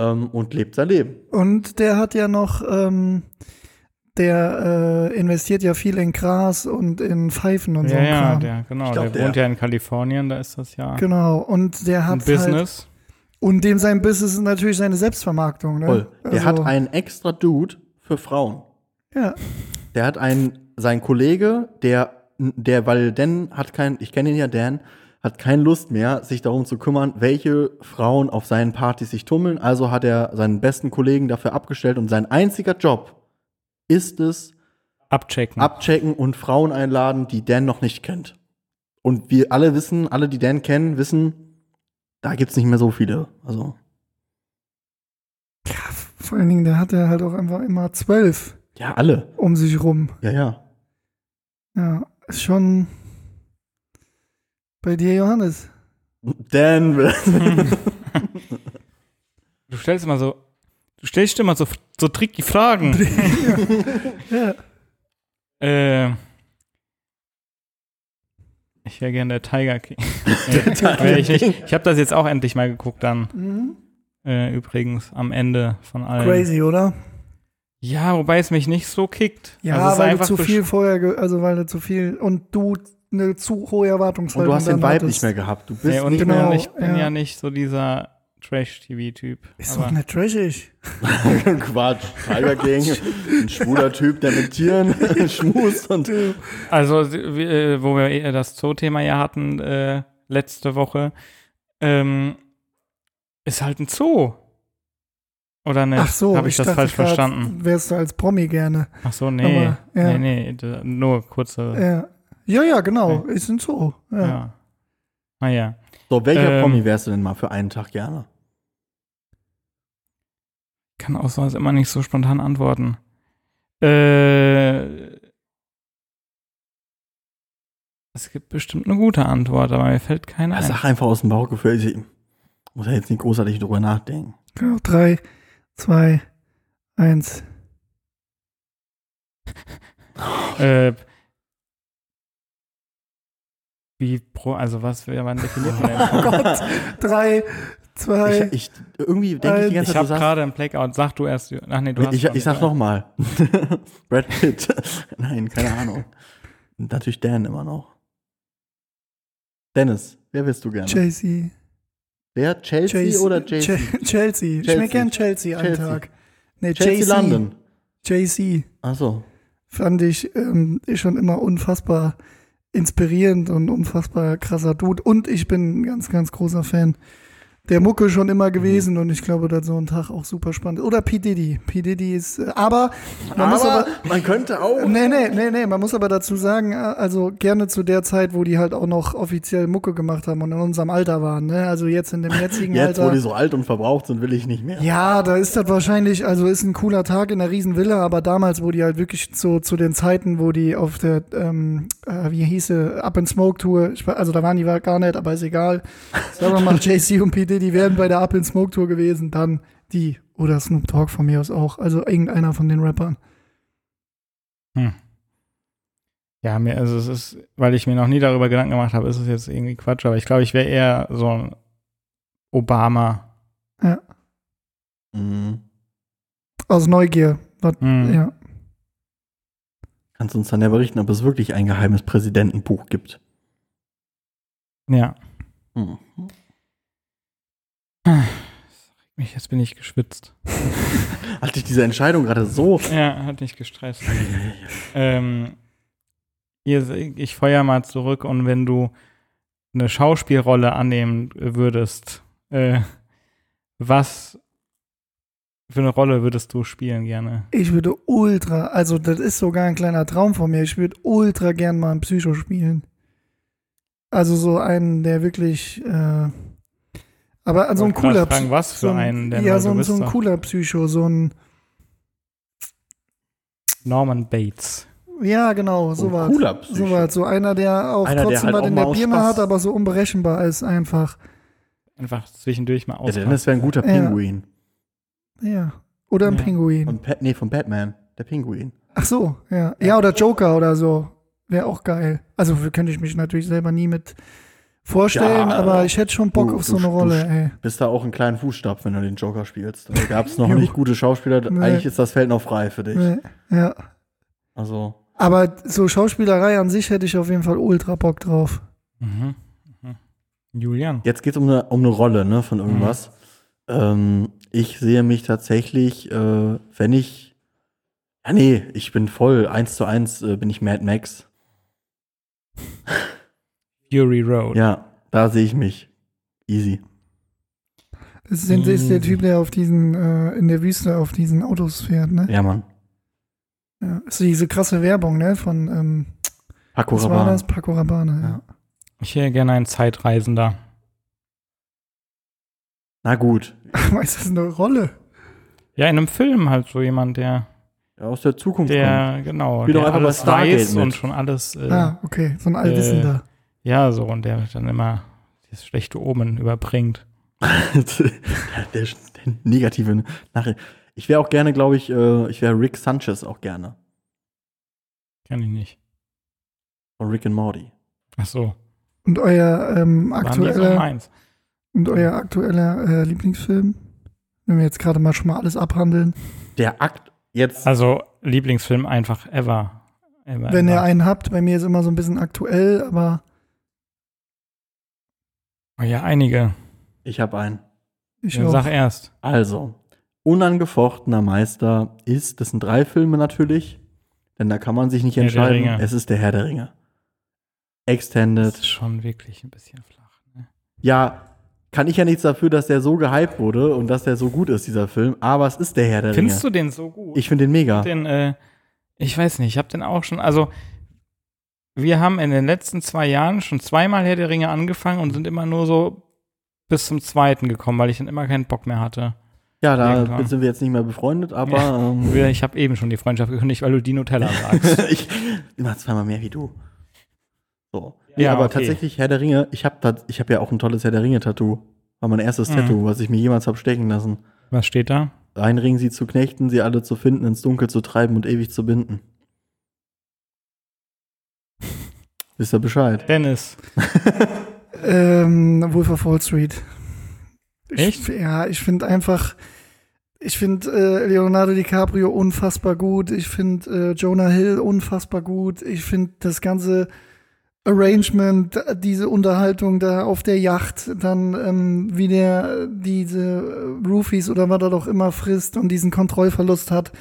[SPEAKER 1] ähm, und lebt sein Leben.
[SPEAKER 4] Und der hat ja noch, ähm, der äh, investiert ja viel in Gras und in Pfeifen und so.
[SPEAKER 2] Ja,
[SPEAKER 4] einen
[SPEAKER 2] ja,
[SPEAKER 4] Kram.
[SPEAKER 2] der, genau.
[SPEAKER 1] Ich glaub,
[SPEAKER 2] der,
[SPEAKER 1] der-
[SPEAKER 2] wohnt ja in Kalifornien, da ist das ja
[SPEAKER 4] Genau, und der
[SPEAKER 2] ein
[SPEAKER 4] hat halt
[SPEAKER 2] Business.
[SPEAKER 4] Und dem sein Business ist natürlich seine Selbstvermarktung. Ne?
[SPEAKER 1] Voll. Der
[SPEAKER 4] Also,
[SPEAKER 1] hat einen extra Dude für Frauen.
[SPEAKER 4] Ja,
[SPEAKER 1] Der hat einen, sein Kollege, der, der, weil Dan hat kein, ich kenne ihn ja, Dan, hat keine Lust mehr, sich darum zu kümmern, welche Frauen auf seinen Partys sich tummeln. Also hat er seinen besten Kollegen dafür abgestellt und sein einziger Job ist es, Hm.
[SPEAKER 2] Abchecken.
[SPEAKER 1] abchecken und Frauen einladen, die Dan noch nicht kennt. Und wir alle wissen, alle, die Dan kennen, wissen, da gibt's nicht mehr so viele. Also,
[SPEAKER 4] vor allen Dingen, der hatte halt auch einfach immer zwölf
[SPEAKER 1] ja, alle.
[SPEAKER 4] um sich rum.
[SPEAKER 1] Ja, ja.
[SPEAKER 4] Ja, ist schon bei dir, Johannes.
[SPEAKER 1] Dan will.
[SPEAKER 2] Du stellst immer so, du stellst immer so, so tricky Fragen.
[SPEAKER 4] Ja,
[SPEAKER 2] äh, ich wäre gern der Tiger King. Nee, wär ich nicht. ich habe das jetzt auch endlich mal geguckt dann.
[SPEAKER 4] mhm.
[SPEAKER 2] Äh, übrigens am Ende von allen.
[SPEAKER 4] crazy, oder?
[SPEAKER 2] Ja, wobei es mich nicht so kickt.
[SPEAKER 4] Ja,
[SPEAKER 2] Also es ist
[SPEAKER 4] weil du
[SPEAKER 2] einfach
[SPEAKER 4] zu
[SPEAKER 2] besch-
[SPEAKER 4] viel vorher, ge- also weil du zu viel und du eine zu hohe Erwartungshaltung
[SPEAKER 1] Und du hast den
[SPEAKER 4] dann
[SPEAKER 1] Vibe nicht
[SPEAKER 4] hattest.
[SPEAKER 1] mehr gehabt. Du bist
[SPEAKER 2] Nee, und
[SPEAKER 1] nicht
[SPEAKER 4] genau,
[SPEAKER 2] ich bin ja.
[SPEAKER 4] ja.
[SPEAKER 2] nicht so dieser Trash-TV-Typ.
[SPEAKER 4] Ist
[SPEAKER 2] aber-
[SPEAKER 4] doch nicht trashig.
[SPEAKER 1] Quatsch. Tiger King, ein schwuler Typ, der mit Tieren schmust und
[SPEAKER 2] Also, äh, wo wir eh das Zoo-Thema ja hatten äh, letzte Woche, ähm, ist halt ein Zoo. Oder nicht?
[SPEAKER 4] Ach so,
[SPEAKER 2] Habe ich, das
[SPEAKER 4] dachte
[SPEAKER 2] falsch
[SPEAKER 4] grad,
[SPEAKER 2] verstanden?
[SPEAKER 4] Wärst du als Promi gerne.
[SPEAKER 2] Ach so, nee.
[SPEAKER 4] Aber,
[SPEAKER 2] Nee,
[SPEAKER 4] ja.
[SPEAKER 2] nee, d- nur kurze.
[SPEAKER 4] Ja, ja, ja genau. Ist ein Zoo.
[SPEAKER 2] ja.
[SPEAKER 4] Ja.
[SPEAKER 2] Ah ja.
[SPEAKER 1] So, welcher
[SPEAKER 2] Ähm.
[SPEAKER 1] Promi wärst du denn mal für einen Tag gerne?
[SPEAKER 2] Kann auch sowas immer nicht so spontan antworten. Äh. Es gibt bestimmt eine gute Antwort, aber mir fällt keine
[SPEAKER 1] Ja,
[SPEAKER 2] ein.
[SPEAKER 1] sag einfach aus dem Bauchgefühl. Ich muss ja jetzt nicht großartig drüber nachdenken.
[SPEAKER 4] Genau, drei, zwei, eins.
[SPEAKER 2] Äh, wie pro, also was, wer- wann definiert man denn?
[SPEAKER 4] Oh Gott. Drei, zwei.
[SPEAKER 1] Ich, ich, irgendwie denke ich die ganze
[SPEAKER 2] Ich
[SPEAKER 1] Zeit,
[SPEAKER 2] habe
[SPEAKER 1] du sagst,
[SPEAKER 2] gerade einen Blackout. Sag du erst. Ach nee, du hast
[SPEAKER 1] ich,
[SPEAKER 2] schon.
[SPEAKER 1] ich sag nochmal. Brad Pitt. Nein, keine Ahnung. Und Natürlich Dan immer noch. Dennis, wer willst du gerne?
[SPEAKER 4] Chelsea.
[SPEAKER 1] wer? Chelsea,
[SPEAKER 4] Chelsea.
[SPEAKER 1] oder Chelsea?
[SPEAKER 4] Che- Chelsea. Ich
[SPEAKER 1] Chelsea.
[SPEAKER 4] mir gern Chelsea einen
[SPEAKER 1] Chelsea.
[SPEAKER 4] Tag. Nee,
[SPEAKER 1] Chelsea
[SPEAKER 4] JC.
[SPEAKER 1] London.
[SPEAKER 4] JC
[SPEAKER 1] Achso.
[SPEAKER 4] fand ich ähm, schon immer unfassbar inspirierend und unfassbar krasser Dude. Und ich bin ein ganz, ganz großer Fan der Mucke schon immer gewesen
[SPEAKER 1] Mhm.
[SPEAKER 4] und ich glaube, dass so ein Tag auch super spannend. Oder P. Diddy. P. Diddy ist, äh, aber man muss aber, äh,
[SPEAKER 1] man könnte auch.
[SPEAKER 4] Nee, nee, nee, nee, man muss aber dazu sagen, äh, also gerne zu der Zeit, wo die halt auch noch offiziell Mucke gemacht haben und in unserem Alter waren, ne? Also jetzt in dem jetzigen
[SPEAKER 1] Jetzt, wo
[SPEAKER 4] Alter.
[SPEAKER 1] die so alt und verbraucht sind, will ich nicht mehr.
[SPEAKER 4] ja, da ist das wahrscheinlich, also ist ein cooler Tag in der Riesenvilla, aber damals, wo die halt wirklich zu, zu den Zeiten, wo die auf der, ähm, äh, wie hieße, Up in Smoke Tour, ich, weiß- also da waren die gar nicht, aber ist egal. Sagen wir mal, JC und PD, die wären bei der Up in Smoke Tour gewesen, dann die oder Snoop Dogg von mir aus auch, also irgendeiner von den Rappern.
[SPEAKER 2] Ja, mir, also es ist, weil ich mir noch nie darüber Gedanken gemacht habe, ist es jetzt irgendwie Quatsch, aber ich glaube, ich wäre eher so ein Obama.
[SPEAKER 1] Mhm.
[SPEAKER 4] Aus Neugier. Was,
[SPEAKER 2] Hm.
[SPEAKER 4] ja.
[SPEAKER 1] Kannst uns dann ja berichten, ob es wirklich ein geheimes Präsidentenbuch gibt.
[SPEAKER 2] Ja.
[SPEAKER 1] Mhm.
[SPEAKER 2] Mich, jetzt bin ich geschwitzt.
[SPEAKER 1] Hat dich diese Entscheidung gerade so.
[SPEAKER 2] Ja, hat mich gestresst. ähm, ihr, ich feuer mal zurück und wenn du eine Schauspielrolle annehmen würdest, äh, was für eine Rolle würdest du spielen gerne?
[SPEAKER 4] Ich würde ultra, also das ist sogar ein kleiner Traum von mir, ich würde ultra gern mal einen Psycho spielen. Also so einen, der wirklich, äh, aber so ein
[SPEAKER 2] Wollte gerade
[SPEAKER 4] cooler
[SPEAKER 2] fragen,
[SPEAKER 4] Psy-
[SPEAKER 2] was für
[SPEAKER 4] so ein-
[SPEAKER 2] einen denn?
[SPEAKER 4] Ja,
[SPEAKER 2] Weil
[SPEAKER 4] so
[SPEAKER 2] du
[SPEAKER 4] ein,
[SPEAKER 2] bist
[SPEAKER 4] so ein
[SPEAKER 2] doch
[SPEAKER 4] cooler Psycho, so ein,
[SPEAKER 2] Norman Bates.
[SPEAKER 4] ja genau, sowas.
[SPEAKER 1] cooler Psycho.
[SPEAKER 4] Sowas, so einer, der auch
[SPEAKER 1] Einer, der halt
[SPEAKER 4] trotzdem was
[SPEAKER 1] auch
[SPEAKER 4] in
[SPEAKER 1] mal
[SPEAKER 4] der
[SPEAKER 1] aus
[SPEAKER 4] Birne
[SPEAKER 1] Spaß-
[SPEAKER 4] hat, aber so unberechenbar ist einfach.
[SPEAKER 2] Einfach zwischendurch mal
[SPEAKER 1] Ja,
[SPEAKER 2] aus.
[SPEAKER 1] Dennis wäre ein guter
[SPEAKER 4] Ja.
[SPEAKER 1] Pinguin.
[SPEAKER 4] Ja. Oder ein
[SPEAKER 2] Ja.
[SPEAKER 4] Pinguin.
[SPEAKER 1] Von Pat, nee, von Batman. Der Pinguin.
[SPEAKER 4] Ach so, ja. Ja, oder Joker oder so. Wäre auch geil. Also für- könnte ich mich natürlich selber nie mit vorstellen,
[SPEAKER 1] Ja.
[SPEAKER 4] aber ich hätte schon Bock
[SPEAKER 1] Du-
[SPEAKER 4] auf
[SPEAKER 1] du-
[SPEAKER 4] so eine
[SPEAKER 1] du-
[SPEAKER 4] Rolle, ey.
[SPEAKER 1] Bist da auch einen kleinen Fußstab, wenn du den Joker spielst. Da gab es noch
[SPEAKER 4] Jo.
[SPEAKER 1] nicht gute Schauspieler.
[SPEAKER 4] Nee.
[SPEAKER 1] Eigentlich ist das Feld noch frei für dich.
[SPEAKER 4] Nee, ja.
[SPEAKER 1] Also,
[SPEAKER 4] Aber so Schauspielerei an sich hätte ich auf jeden Fall ultra Bock drauf.
[SPEAKER 2] Mhm. Mhm. Julian.
[SPEAKER 1] jetzt geht es um eine, um eine Rolle, ne,
[SPEAKER 4] Mhm.
[SPEAKER 1] von irgendwas. Ähm, ich sehe mich tatsächlich, äh, wenn ich. Ja, nee, ich bin voll. Eins zu eins äh, bin ich Mad Max.
[SPEAKER 2] Fury Road.
[SPEAKER 1] Ja, da sehe ich mich. Easy.
[SPEAKER 4] Das ist, das
[SPEAKER 1] Mm.
[SPEAKER 4] ist der Typ, der auf diesen, äh, in der Wüste auf diesen Autos fährt, ne?
[SPEAKER 1] Ja, Mann.
[SPEAKER 4] Ja. Ist diese krasse Werbung, ne? Von, ähm,
[SPEAKER 1] Paco
[SPEAKER 4] was war
[SPEAKER 1] Rabanne.
[SPEAKER 4] das? Paco Rabanne, ja.
[SPEAKER 2] Ich wäre gerne ein Zeitreisender.
[SPEAKER 1] Na gut.
[SPEAKER 4] Aber ist das eine Rolle?
[SPEAKER 2] Ja, in einem Film halt so jemand, der,
[SPEAKER 1] Ja, aus der Zukunft. kommt.
[SPEAKER 2] der genau,
[SPEAKER 1] Spiel doch
[SPEAKER 2] der
[SPEAKER 1] einfach bei
[SPEAKER 2] alles
[SPEAKER 1] Stargate
[SPEAKER 2] weiß
[SPEAKER 1] mit.
[SPEAKER 2] und schon alles, äh,
[SPEAKER 4] Ah, okay. So ein Allwissender.
[SPEAKER 2] ja, so, und der dann immer das schlechte Omen überbringt.
[SPEAKER 1] der, der negative Nachricht. Ich wäre auch gerne, glaube ich, äh, ich wäre Rick Sanchez auch gerne.
[SPEAKER 2] Kenn ich nicht.
[SPEAKER 1] Von Rick and Morty.
[SPEAKER 2] Ach so,
[SPEAKER 4] Und euer ähm,
[SPEAKER 2] war nie so
[SPEAKER 4] aktueller
[SPEAKER 2] meins.
[SPEAKER 4] Und euer aktueller äh, Lieblingsfilm? Wenn wir jetzt gerade mal schon mal alles abhandeln.
[SPEAKER 1] Der Akt jetzt.
[SPEAKER 2] Also, Lieblingsfilm einfach ever. ever
[SPEAKER 4] Wenn ihr
[SPEAKER 2] ever.
[SPEAKER 4] einen habt, bei mir ist immer so ein bisschen aktuell, aber
[SPEAKER 2] Oh ja, einige.
[SPEAKER 1] Ich habe einen.
[SPEAKER 4] ich
[SPEAKER 2] Dann
[SPEAKER 4] auch.
[SPEAKER 2] sag erst.
[SPEAKER 1] Also, unangefochtener Meister ist, das sind drei Filme natürlich, denn da kann man sich nicht
[SPEAKER 2] Herr der
[SPEAKER 1] entscheiden.
[SPEAKER 2] Ringe.
[SPEAKER 1] Es ist der Herr der Ringe.
[SPEAKER 2] Das ist
[SPEAKER 1] Extended.
[SPEAKER 2] schon wirklich ein bisschen flach. Ne?
[SPEAKER 1] Ja, kann ich ja nichts dafür, dass der so gehypt wurde und dass der so gut ist, dieser Film, aber es ist der Herr der
[SPEAKER 2] Findest
[SPEAKER 1] Ringe.
[SPEAKER 2] du den so gut?
[SPEAKER 1] Ich finde den mega.
[SPEAKER 2] den, äh, ich weiß nicht, ich habe den auch schon, also wir haben in den letzten zwei Jahren schon zweimal Herr der Ringe angefangen und sind immer nur so bis zum zweiten gekommen, weil ich dann immer keinen Bock mehr hatte.
[SPEAKER 1] Ja, da
[SPEAKER 2] Irgendwann.
[SPEAKER 1] sind wir jetzt nicht mehr befreundet, aber ähm,
[SPEAKER 2] Wir- Ich habe eben schon die Freundschaft gekündigt, weil du die Nutella sagst.
[SPEAKER 1] ich immer zweimal mehr wie du. So. Nee,
[SPEAKER 2] Ja,
[SPEAKER 1] aber
[SPEAKER 2] okay.
[SPEAKER 1] tatsächlich Herr der Ringe, ich habe ich hab ja auch ein tolles Herr der Ringe Tattoo. War mein erstes
[SPEAKER 2] Mhm.
[SPEAKER 1] Tattoo, was ich mir jemals habe stechen lassen.
[SPEAKER 2] Was steht da?
[SPEAKER 1] Ein Ring sie zu knechten, sie alle zu finden, ins Dunkel zu treiben und ewig zu binden. Wisst ihr Bescheid?
[SPEAKER 2] Dennis.
[SPEAKER 4] Ähm, Wolf of Wall Street.
[SPEAKER 2] Echt?
[SPEAKER 4] Ich, ja, ich finde einfach, ich finde äh, Leonardo DiCaprio unfassbar gut. Ich finde äh, Jonah Hill unfassbar gut. Ich finde das ganze Arrangement, äh, diese Unterhaltung da auf der Yacht, dann ähm, wie der äh, diese äh, Roofies oder was er doch immer frisst und diesen Kontrollverlust hat.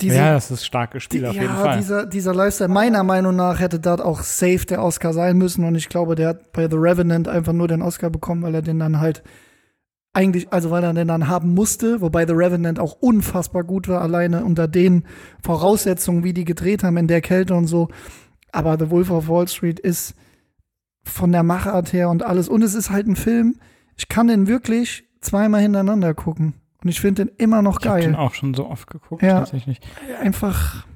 [SPEAKER 4] Diese,
[SPEAKER 2] ja, das ist starkes Spiel
[SPEAKER 4] die,
[SPEAKER 2] auf jeden
[SPEAKER 4] ja,
[SPEAKER 2] Fall.
[SPEAKER 4] Dieser, dieser Lifestyle, meiner Meinung nach, hätte da auch safe der Oscar sein müssen. Und ich glaube, der hat bei The Revenant einfach nur den Oscar bekommen, weil er den dann halt eigentlich, also weil er den dann haben musste, wobei The Revenant auch unfassbar gut war, alleine unter den Voraussetzungen, wie die gedreht haben, in der Kälte und so. Aber The Wolf of Wall Street ist von der Machart her und alles. Und es ist halt ein Film, ich kann den wirklich zweimal hintereinander gucken. Und ich finde den immer noch
[SPEAKER 2] ich habe den
[SPEAKER 4] geil.
[SPEAKER 2] auch schon so oft geguckt,
[SPEAKER 4] Ja.
[SPEAKER 2] tatsächlich.
[SPEAKER 4] Einfach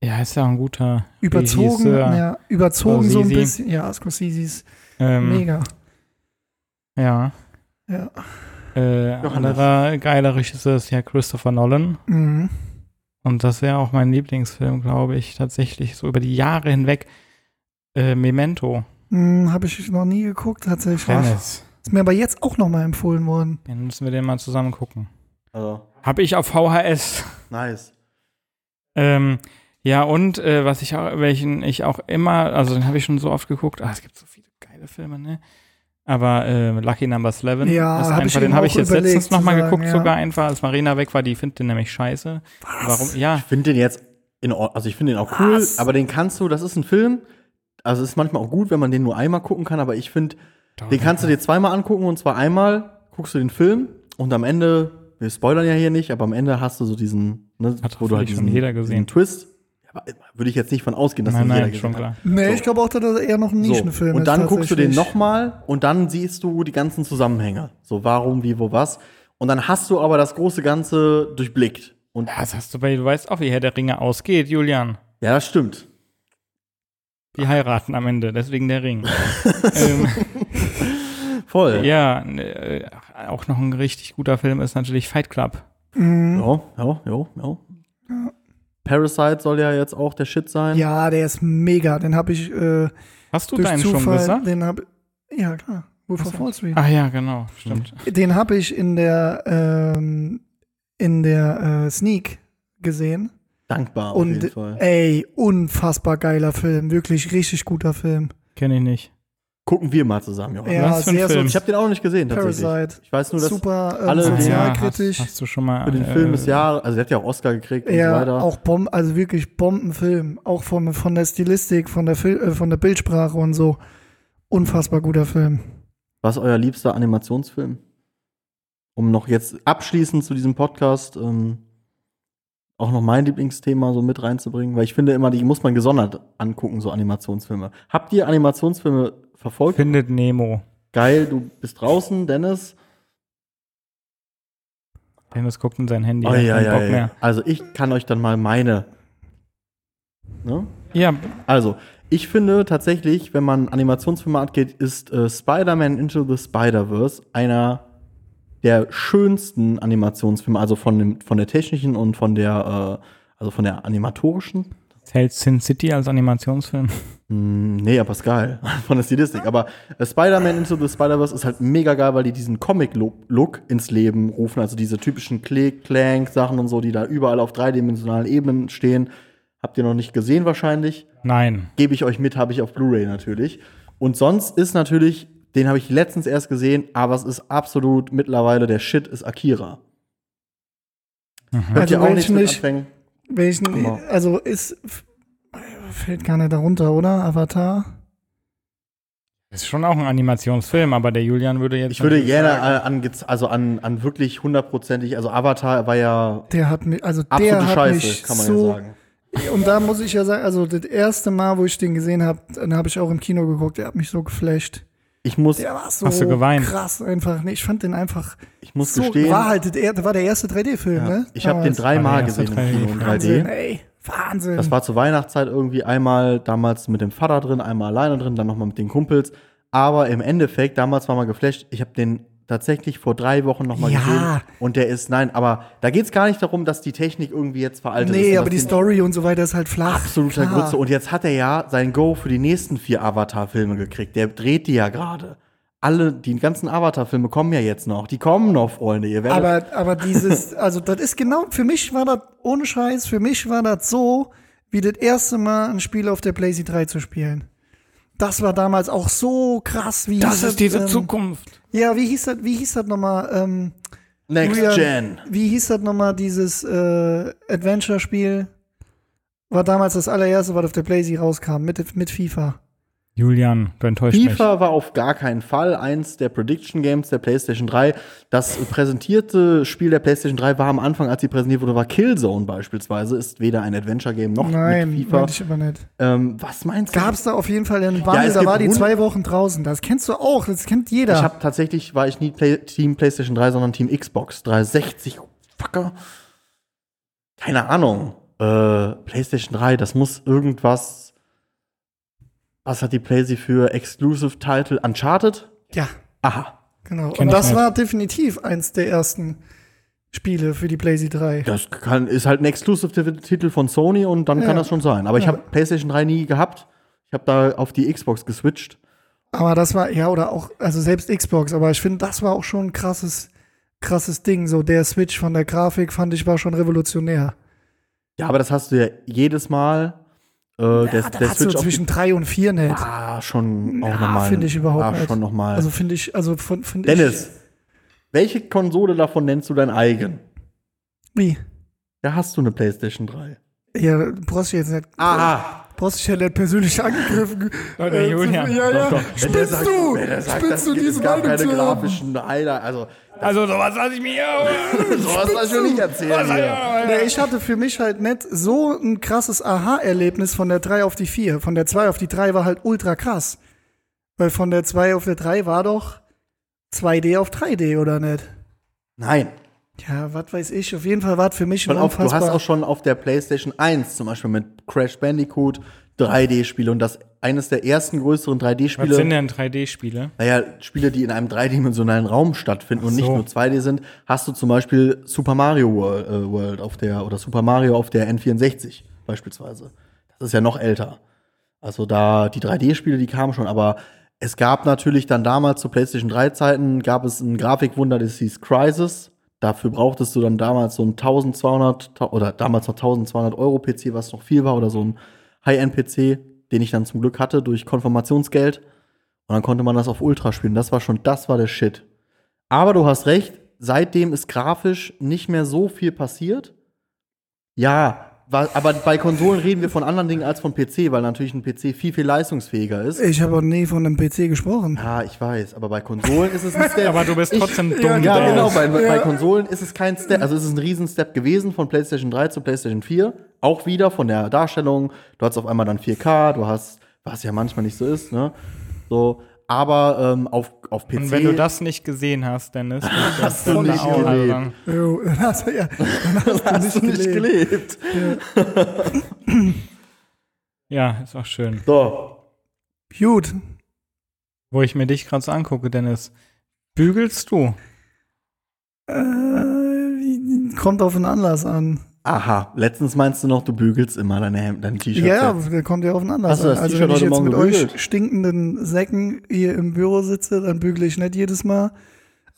[SPEAKER 2] Ja, ist ja auch ein guter. wie
[SPEAKER 4] Überzogen,
[SPEAKER 2] hieß er?
[SPEAKER 4] ja, überzogen so ein
[SPEAKER 2] Scorsese.
[SPEAKER 4] bisschen. Ja, Scorsese ist
[SPEAKER 2] Ähm,
[SPEAKER 4] mega.
[SPEAKER 2] ja.
[SPEAKER 4] Ja.
[SPEAKER 2] Äh,
[SPEAKER 1] Johannes.
[SPEAKER 2] anderer geiler Regisseur ist ja Christopher Nolan.
[SPEAKER 4] Mhm.
[SPEAKER 2] Und das wäre auch mein Lieblingsfilm, glaube ich, tatsächlich, so über die Jahre hinweg. Äh, Memento.
[SPEAKER 4] Mhm, Habe ich noch nie geguckt, tatsächlich.
[SPEAKER 2] Dennis.
[SPEAKER 4] Ist mir aber jetzt auch nochmal empfohlen worden.
[SPEAKER 2] Den müssen wir den mal zusammen gucken.
[SPEAKER 1] Also,
[SPEAKER 2] Hab ich auf VHS.
[SPEAKER 1] nice.
[SPEAKER 2] Ähm, ja, und äh, was ich auch, welchen ich auch immer, also den habe ich schon so oft geguckt. Ah, es gibt so viele geile Filme, ne? Aber äh, Lucky Number 11,
[SPEAKER 4] Ja,
[SPEAKER 2] ist
[SPEAKER 4] hab ich
[SPEAKER 2] einfach,
[SPEAKER 4] eben
[SPEAKER 2] den habe ich
[SPEAKER 4] auch
[SPEAKER 2] jetzt
[SPEAKER 4] überlegt
[SPEAKER 2] letztens
[SPEAKER 4] zu
[SPEAKER 2] nochmal
[SPEAKER 4] sagen,
[SPEAKER 2] geguckt,
[SPEAKER 4] ja.
[SPEAKER 2] sogar einfach, als Marina weg war, die findet den nämlich scheiße. Warum? Ja,
[SPEAKER 1] Ich finde den jetzt in Ordnung. Also, ich finde den auch cool,
[SPEAKER 4] Was?
[SPEAKER 1] aber den kannst du, das ist ein Film. Also, es ist manchmal auch gut, wenn man den nur einmal gucken kann, aber ich finde, den kannst du dir zweimal angucken und zwar einmal guckst du den Film und am Ende, wir spoilern ja hier nicht, aber am Ende hast du so diesen, ne,
[SPEAKER 2] Hat doch vielleicht schon jeder gesehen.
[SPEAKER 1] diesen Twist. Aber äh, würde ich jetzt nicht von ausgehen, dass
[SPEAKER 2] nein,
[SPEAKER 1] den
[SPEAKER 2] nein,
[SPEAKER 1] jeder
[SPEAKER 2] schon
[SPEAKER 1] gesehen hat.
[SPEAKER 2] klar.
[SPEAKER 4] Nee, ich glaube auch, dass das eher noch ein Nischenfilm
[SPEAKER 1] So.
[SPEAKER 4] ist.
[SPEAKER 1] Und dann guckst du den
[SPEAKER 4] tatsächlich.
[SPEAKER 1] nochmal und dann siehst du die ganzen Zusammenhänge. So warum, wie, wo, was. Und dann hast du aber das große Ganze durchblickt. Und
[SPEAKER 2] Ja, Das hast du bei, du weißt auch, wie Herr der Ringe ausgeht, Julian.
[SPEAKER 1] ja, das stimmt.
[SPEAKER 2] Die heiraten am Ende, deswegen der Ring. ähm,
[SPEAKER 1] Voll.
[SPEAKER 2] ja, äh, auch noch ein richtig guter Film ist natürlich Fight Club.
[SPEAKER 4] Mhm.
[SPEAKER 1] Ja, ja, ja, ja. Parasite soll ja jetzt auch der Shit sein.
[SPEAKER 4] Ja, der ist mega. Den habe ich äh,
[SPEAKER 2] Hast du
[SPEAKER 4] durch
[SPEAKER 2] deinen schon
[SPEAKER 4] Zufall.
[SPEAKER 2] gesagt?
[SPEAKER 4] Den hab, ja, klar. Wolf of Wall Street.
[SPEAKER 2] Ach ja, genau, stimmt.
[SPEAKER 4] Den habe ich in der, ähm, in der äh, Sneak gesehen.
[SPEAKER 1] Dankbar auf jeden
[SPEAKER 4] Und äh,
[SPEAKER 1] Fall.
[SPEAKER 4] ey, unfassbar geiler Film. Wirklich richtig guter Film.
[SPEAKER 2] Kenne ich nicht.
[SPEAKER 1] Gucken wir mal zusammen, Johann.
[SPEAKER 4] Ja,
[SPEAKER 2] Was für ein
[SPEAKER 4] sehr
[SPEAKER 2] Film?
[SPEAKER 1] Ich habe den auch noch nicht gesehen, tatsächlich.
[SPEAKER 4] Parasite.
[SPEAKER 1] Ich weiß nur, dass
[SPEAKER 4] Super ähm,
[SPEAKER 1] alle- Ja,
[SPEAKER 4] sozialkritisch.
[SPEAKER 2] hast, hast du schon mal. äh,
[SPEAKER 1] für den Film des Jahres, also der hat ja auch Oscar gekriegt und so
[SPEAKER 4] ja,
[SPEAKER 1] weiter.
[SPEAKER 4] auch Bomben, also wirklich Bombenfilm. Auch von, von der Stilistik, von der, Fil äh, von der Bildsprache und so. Unfassbar guter Film.
[SPEAKER 1] Was ist euer liebster Animationsfilm? Um noch jetzt abschließend zu diesem Podcast ähm, auch noch mein Lieblingsthema so mit reinzubringen, weil ich finde immer, die muss man gesondert angucken, so Animationsfilme. Habt ihr Animationsfilme verfolgt?
[SPEAKER 2] Findet Nemo.
[SPEAKER 1] Geil, du bist draußen, Dennis.
[SPEAKER 2] Dennis guckt in sein Handy.
[SPEAKER 1] Oh,
[SPEAKER 2] hat
[SPEAKER 1] ja,
[SPEAKER 2] keinen
[SPEAKER 1] ja,
[SPEAKER 2] Bock
[SPEAKER 1] ja.
[SPEAKER 2] mehr.
[SPEAKER 1] Also ich kann euch dann mal meine. Ne?
[SPEAKER 2] ja.
[SPEAKER 1] Also, ich finde tatsächlich, wenn man Animationsfilme angeht, ist äh, Spider-Man Into the Spider-Verse einer der schönsten Animationsfilme, also von, dem, von der technischen und von der, äh, also von der animatorischen.
[SPEAKER 2] Zählt Sin City als Animationsfilm?
[SPEAKER 1] Hm, nee, aber ist geil, von der Stilistik. Aber äh, Spider-Man Into the Spider-Verse ist halt mega geil, weil die diesen Comic-Look ins Leben rufen, also diese typischen Click-Clank-Sachen und so, die da überall auf dreidimensionalen Ebenen stehen. Habt ihr noch nicht gesehen wahrscheinlich
[SPEAKER 2] Nein.
[SPEAKER 1] gebe ich euch mit, habe ich auf Blu-ray natürlich. Und sonst ist natürlich, den habe ich letztens erst gesehen, aber es ist absolut mittlerweile der Shit ist Akira. Könnt
[SPEAKER 4] Also
[SPEAKER 1] ihr auch
[SPEAKER 4] welchen
[SPEAKER 1] nichts mit
[SPEAKER 4] ich-
[SPEAKER 1] anfangen?
[SPEAKER 4] Welchen,
[SPEAKER 1] Guck mal.
[SPEAKER 4] also ist, f- fällt gar nicht darunter, oder? Avatar?
[SPEAKER 2] Ist schon auch ein Animationsfilm, aber der Julian würde jetzt.
[SPEAKER 1] Ich würde
[SPEAKER 2] natürlich
[SPEAKER 1] gerne äh,
[SPEAKER 2] sagen-
[SPEAKER 1] an, gez- also an, an wirklich hundertprozentig, also Avatar war ja
[SPEAKER 4] Der hat mich, also der
[SPEAKER 1] absolute
[SPEAKER 4] hat
[SPEAKER 1] Scheiße,
[SPEAKER 4] mich
[SPEAKER 1] kann man
[SPEAKER 4] so,
[SPEAKER 1] ja sagen.
[SPEAKER 4] und da muss ich ja sagen, also das erste Mal, wo ich den gesehen habe, dann habe ich auch im Kino geguckt, der hat mich so geflasht.
[SPEAKER 1] Ich muss,
[SPEAKER 4] Der war so
[SPEAKER 2] Hast du geweint?
[SPEAKER 4] krass einfach. Nee, ich fand den einfach
[SPEAKER 1] ich muss
[SPEAKER 4] so,
[SPEAKER 1] gestehen,
[SPEAKER 4] war halt, das er- das war der erste 3D-Film,
[SPEAKER 1] ja,
[SPEAKER 4] ne?
[SPEAKER 1] ich habe den
[SPEAKER 4] Damals.
[SPEAKER 1] dreimal
[SPEAKER 2] War der erste
[SPEAKER 1] gesehen
[SPEAKER 4] halt
[SPEAKER 1] im Kino in 3D.
[SPEAKER 4] Wahnsinn, ey. Wahnsinn.
[SPEAKER 1] Das war zur Weihnachtszeit irgendwie einmal damals mit dem Vater drin, einmal alleine drin, dann nochmal mit den Kumpels. Aber im Endeffekt, damals war mal geflasht, ich habe den tatsächlich vor drei Wochen nochmal
[SPEAKER 4] Ja.
[SPEAKER 1] gesehen. Und der ist, nein, aber da geht es gar nicht darum, dass die Technik irgendwie jetzt veraltet halt ist.
[SPEAKER 4] nee,
[SPEAKER 1] und
[SPEAKER 4] aber
[SPEAKER 1] dass
[SPEAKER 4] die Story und so weiter ist halt flach.
[SPEAKER 1] Absoluter
[SPEAKER 4] Klar.
[SPEAKER 1] Grütze. Und jetzt hat er ja sein Go für die nächsten vier Avatar-Filme gekriegt. Der dreht die ja gerade. Alle, die ganzen Avatar-Filme kommen ja jetzt noch. Die kommen noch, Freunde. Ihr werdet
[SPEAKER 4] Aber, aber dieses, also das ist genau, für mich war das, ohne Scheiß, für mich war das so, wie das erste Mal ein Spiel auf der PlayStation 3 zu spielen. Das war damals auch so krass, wie hieß
[SPEAKER 2] Das ist diese
[SPEAKER 4] ähm,
[SPEAKER 2] Zukunft.
[SPEAKER 4] Ja, wie hieß das, wie hieß das nochmal? Ähm,
[SPEAKER 1] Next
[SPEAKER 4] Julian,
[SPEAKER 1] Gen.
[SPEAKER 4] Wie hieß das nochmal, dieses äh, Adventure-Spiel? War damals das allererste, was auf der Playsee rauskam, mit, mit FIFA.
[SPEAKER 2] Julian, du enttäuscht mich.
[SPEAKER 1] FIFA war auf gar keinen Fall eins der Prediction Games der PlayStation 3. Das präsentierte Spiel der PlayStation 3 war am Anfang, als sie präsentiert wurde, war Killzone beispielsweise. Ist weder ein Adventure Game noch
[SPEAKER 4] Nein,
[SPEAKER 1] mit FIFA.
[SPEAKER 4] meinte ich aber nicht.
[SPEAKER 1] Ähm, was meinst du?
[SPEAKER 4] Gab's da auf jeden Fall einen Wandel,
[SPEAKER 1] es
[SPEAKER 4] da
[SPEAKER 1] gibt
[SPEAKER 4] war die
[SPEAKER 1] hund-
[SPEAKER 4] zwei Wochen draußen. Das kennst du auch, das kennt jeder.
[SPEAKER 1] Ich habe tatsächlich war ich nie Play Team PlayStation 3, sondern Team Xbox 360. Fucker. Keine Ahnung. Äh, PlayStation 3, das muss irgendwas. Was hat die PlayStation für Exclusive Title? Uncharted?
[SPEAKER 4] ja,
[SPEAKER 1] Aha.
[SPEAKER 4] genau. Und
[SPEAKER 2] Kenn ich
[SPEAKER 4] das
[SPEAKER 2] nicht.
[SPEAKER 4] war definitiv eins der ersten Spiele für die Playsee 3.
[SPEAKER 1] Das kann, ist halt ein Exclusive-Titel von Sony und dann
[SPEAKER 4] Ja.
[SPEAKER 1] kann das schon sein. Aber ich
[SPEAKER 4] Ja.
[SPEAKER 1] habe PlayStation 3 nie gehabt. Ich habe da auf die Xbox geswitcht.
[SPEAKER 4] Aber das war, ja, oder auch, also selbst Xbox, aber ich finde, das war auch schon ein krasses, krasses Ding. So der Switch von der Grafik fand ich war schon revolutionär.
[SPEAKER 1] Ja, aber das hast du ja jedes Mal. Äh, der,
[SPEAKER 4] ah, da
[SPEAKER 1] der
[SPEAKER 4] hast du
[SPEAKER 1] Switch auf die,
[SPEAKER 4] zwischen drei und vier nicht.
[SPEAKER 1] Ah, schon auch
[SPEAKER 4] Na,
[SPEAKER 1] nochmal.
[SPEAKER 4] finde ich überhaupt
[SPEAKER 1] ah,
[SPEAKER 4] nicht.
[SPEAKER 1] schon nochmal.
[SPEAKER 4] Also finde ich, also von, finde ich.
[SPEAKER 1] Dennis, welche Konsole davon nennst du dein eigen?
[SPEAKER 4] Wie?
[SPEAKER 1] Da hast du eine PlayStation 3.
[SPEAKER 4] Ja, du brauchst dich jetzt nicht.
[SPEAKER 1] Aha.
[SPEAKER 4] Du brauchst dich ja nicht persönlich angegriffen. Äh,
[SPEAKER 2] Oh, der Julian.
[SPEAKER 4] Ja, ja. Spinnst du?
[SPEAKER 1] wenn er sagt,
[SPEAKER 4] Spinnst
[SPEAKER 1] das
[SPEAKER 4] du
[SPEAKER 1] gibt-
[SPEAKER 4] diese
[SPEAKER 1] es gab
[SPEAKER 4] Meinung
[SPEAKER 1] keine
[SPEAKER 4] zu haben?
[SPEAKER 1] grafischen Highlights. Also,
[SPEAKER 2] Also sowas lasse ich mir.
[SPEAKER 1] sowas lass ich mir nicht erzählen. Hier.
[SPEAKER 4] Ja, ich hatte für mich halt nicht so ein krasses Aha-Erlebnis von der 3 auf die 4. Von der 2 auf die 3 war halt ultra krass. Weil von der 2 auf der 3 war doch 2D auf 3D, oder nicht?
[SPEAKER 1] Nein.
[SPEAKER 4] Ja, was weiß ich. Auf jeden Fall war es für mich ein
[SPEAKER 1] Schon auf, du hast
[SPEAKER 4] unfassbar...
[SPEAKER 1] auch schon auf der PlayStation 1 zum Beispiel mit Crash Bandicoot 3D-Spiele und das eines der ersten größeren
[SPEAKER 2] Was sind
[SPEAKER 1] 3D-Spiele,
[SPEAKER 2] denn 3D-Spiele?
[SPEAKER 1] naja, Spiele, die in einem dreidimensionalen Raum stattfinden und nicht
[SPEAKER 2] so.
[SPEAKER 1] nur 2D sind, hast du zum Beispiel Super Mario World, äh, World auf der oder Super Mario auf der N64 beispielsweise. Das ist ja noch älter. Also da die 3D-Spiele, die kamen schon, aber es gab natürlich dann damals zu PlayStation 3 Zeiten gab es ein Grafikwunder, das hieß Crysis. Dafür brauchtest du dann damals so ein 1200 ta- oder damals noch 1200 Euro PC, was noch viel war oder so ein High-End PC, den ich dann zum Glück hatte durch Konfirmationsgeld. Und dann konnte man das auf Ultra spielen. Das war schon, das war der Shit. Aber du hast recht, seitdem ist grafisch nicht mehr so viel passiert. Ja, wa- aber bei Konsolen reden wir von anderen Dingen als von PC, weil natürlich ein PC viel, viel leistungsfähiger ist.
[SPEAKER 4] Ich habe auch nie von einem PC gesprochen.
[SPEAKER 1] Ja, Ah, ich weiß, aber bei Konsolen ist es ein Step.
[SPEAKER 2] Aber du bist trotzdem dumm.
[SPEAKER 1] ja,
[SPEAKER 2] Dennis.
[SPEAKER 1] genau, bei, bei Konsolen ist es kein Step, also es ist ein Riesen-Step gewesen von PlayStation 3 zu PlayStation 4. Auch wieder von der Darstellung. Du hast auf einmal dann 4K, du hast, was ja manchmal nicht so ist, ne? So, aber ähm, auf, auf PC.
[SPEAKER 2] Und wenn du das nicht gesehen hast, Dennis,
[SPEAKER 1] hast du nicht
[SPEAKER 2] Aua,
[SPEAKER 1] gelebt.
[SPEAKER 2] Alter.
[SPEAKER 4] Jo, das, ja,
[SPEAKER 1] Hast du nicht gelebt.
[SPEAKER 2] ja, ist auch schön.
[SPEAKER 1] So,
[SPEAKER 4] Gut.
[SPEAKER 2] Wo ich mir dich gerade so angucke, Dennis. Bügelst du?
[SPEAKER 4] Äh, kommt auf den Anlass an.
[SPEAKER 1] aha, letztens meinst du noch, du bügelst immer deine, Hemd- deine T-Shirts.
[SPEAKER 4] Ja,
[SPEAKER 1] jetzt.
[SPEAKER 4] der kommt ja auf den Anlass
[SPEAKER 1] Hast du
[SPEAKER 4] an.
[SPEAKER 1] das
[SPEAKER 4] Also
[SPEAKER 1] T-Shirt
[SPEAKER 4] wenn ich
[SPEAKER 1] heute
[SPEAKER 4] jetzt
[SPEAKER 1] Morgen
[SPEAKER 4] mit
[SPEAKER 1] gebügelt?
[SPEAKER 4] euch stinkenden Säcken hier im Büro sitze, dann bügele ich nicht jedes Mal.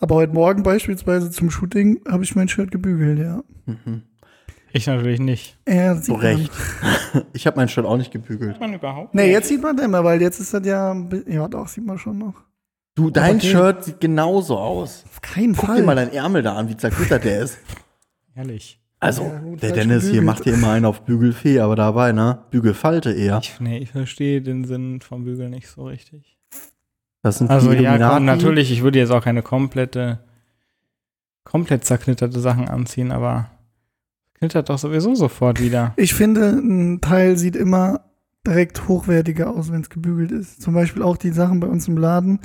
[SPEAKER 4] Aber heute Morgen beispielsweise zum Shooting habe ich mein Shirt gebügelt, ja.
[SPEAKER 2] Ich natürlich nicht.
[SPEAKER 4] Ja, das sieht
[SPEAKER 1] Zu Recht.
[SPEAKER 4] Man.
[SPEAKER 1] ich habe mein Shirt auch nicht gebügelt.
[SPEAKER 2] Man überhaupt?
[SPEAKER 4] Nee, jetzt sieht man den immer, weil jetzt ist das ja, ein bi- ja doch, sieht man schon noch.
[SPEAKER 1] Du, dein
[SPEAKER 4] okay.
[SPEAKER 1] Shirt sieht genauso aus.
[SPEAKER 4] Auf keinen
[SPEAKER 1] Guck
[SPEAKER 4] Fall.
[SPEAKER 1] dir mal deinen Ärmel da an, wie zerknittert der ist.
[SPEAKER 2] Ehrlich.
[SPEAKER 1] Also,
[SPEAKER 4] Ja, gut,
[SPEAKER 1] der
[SPEAKER 4] falsch
[SPEAKER 1] Dennis hier
[SPEAKER 4] gebügelt.
[SPEAKER 1] macht hier immer einen auf Bügelfee, aber dabei, ne? Bügelfalte eher.
[SPEAKER 2] Ich, nee, ich verstehe den Sinn vom Bügeln nicht so richtig.
[SPEAKER 1] Das sind
[SPEAKER 2] Also
[SPEAKER 1] die
[SPEAKER 2] ja,
[SPEAKER 1] Illuminaten.
[SPEAKER 2] komm, natürlich, ich würde jetzt auch keine komplette, komplett zerknitterte Sachen anziehen, aber knittert doch sowieso sofort wieder.
[SPEAKER 4] ich finde, ein Teil sieht immer direkt hochwertiger aus, wenn es gebügelt ist. Zum Beispiel auch die Sachen bei uns im Laden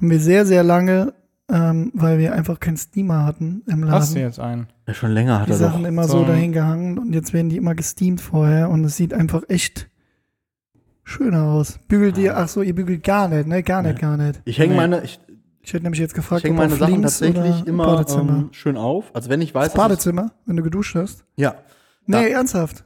[SPEAKER 4] haben wir sehr, sehr lange, ähm, weil wir einfach keinen Steamer hatten im Laden.
[SPEAKER 2] Hast du jetzt einen?
[SPEAKER 1] Ja, schon länger hat
[SPEAKER 4] die
[SPEAKER 1] er
[SPEAKER 4] Sachen
[SPEAKER 1] doch.
[SPEAKER 4] immer
[SPEAKER 2] so
[SPEAKER 4] so
[SPEAKER 2] ein-
[SPEAKER 4] dahin gehangen und jetzt werden die immer gesteamt vorher und es sieht einfach echt schöner aus. Bügelt ihr, ach so, ihr bügelt gar nicht, ne? Gar nicht, gar nicht.
[SPEAKER 1] Ah. Ich hänge
[SPEAKER 2] Nee.
[SPEAKER 1] meine, ich,
[SPEAKER 4] Ich hätte nämlich jetzt gefragt,
[SPEAKER 1] ich häng
[SPEAKER 4] ob
[SPEAKER 1] meine
[SPEAKER 4] auf
[SPEAKER 1] Sachen
[SPEAKER 4] links
[SPEAKER 1] tatsächlich
[SPEAKER 4] oder
[SPEAKER 1] immer
[SPEAKER 4] Badezimmer.
[SPEAKER 1] ähm, schön auf. Also wenn ich weiß,
[SPEAKER 4] das Badezimmer, wenn du geduscht hast.
[SPEAKER 1] Ich, ja.
[SPEAKER 4] Nee,
[SPEAKER 1] Da-
[SPEAKER 4] ernsthaft.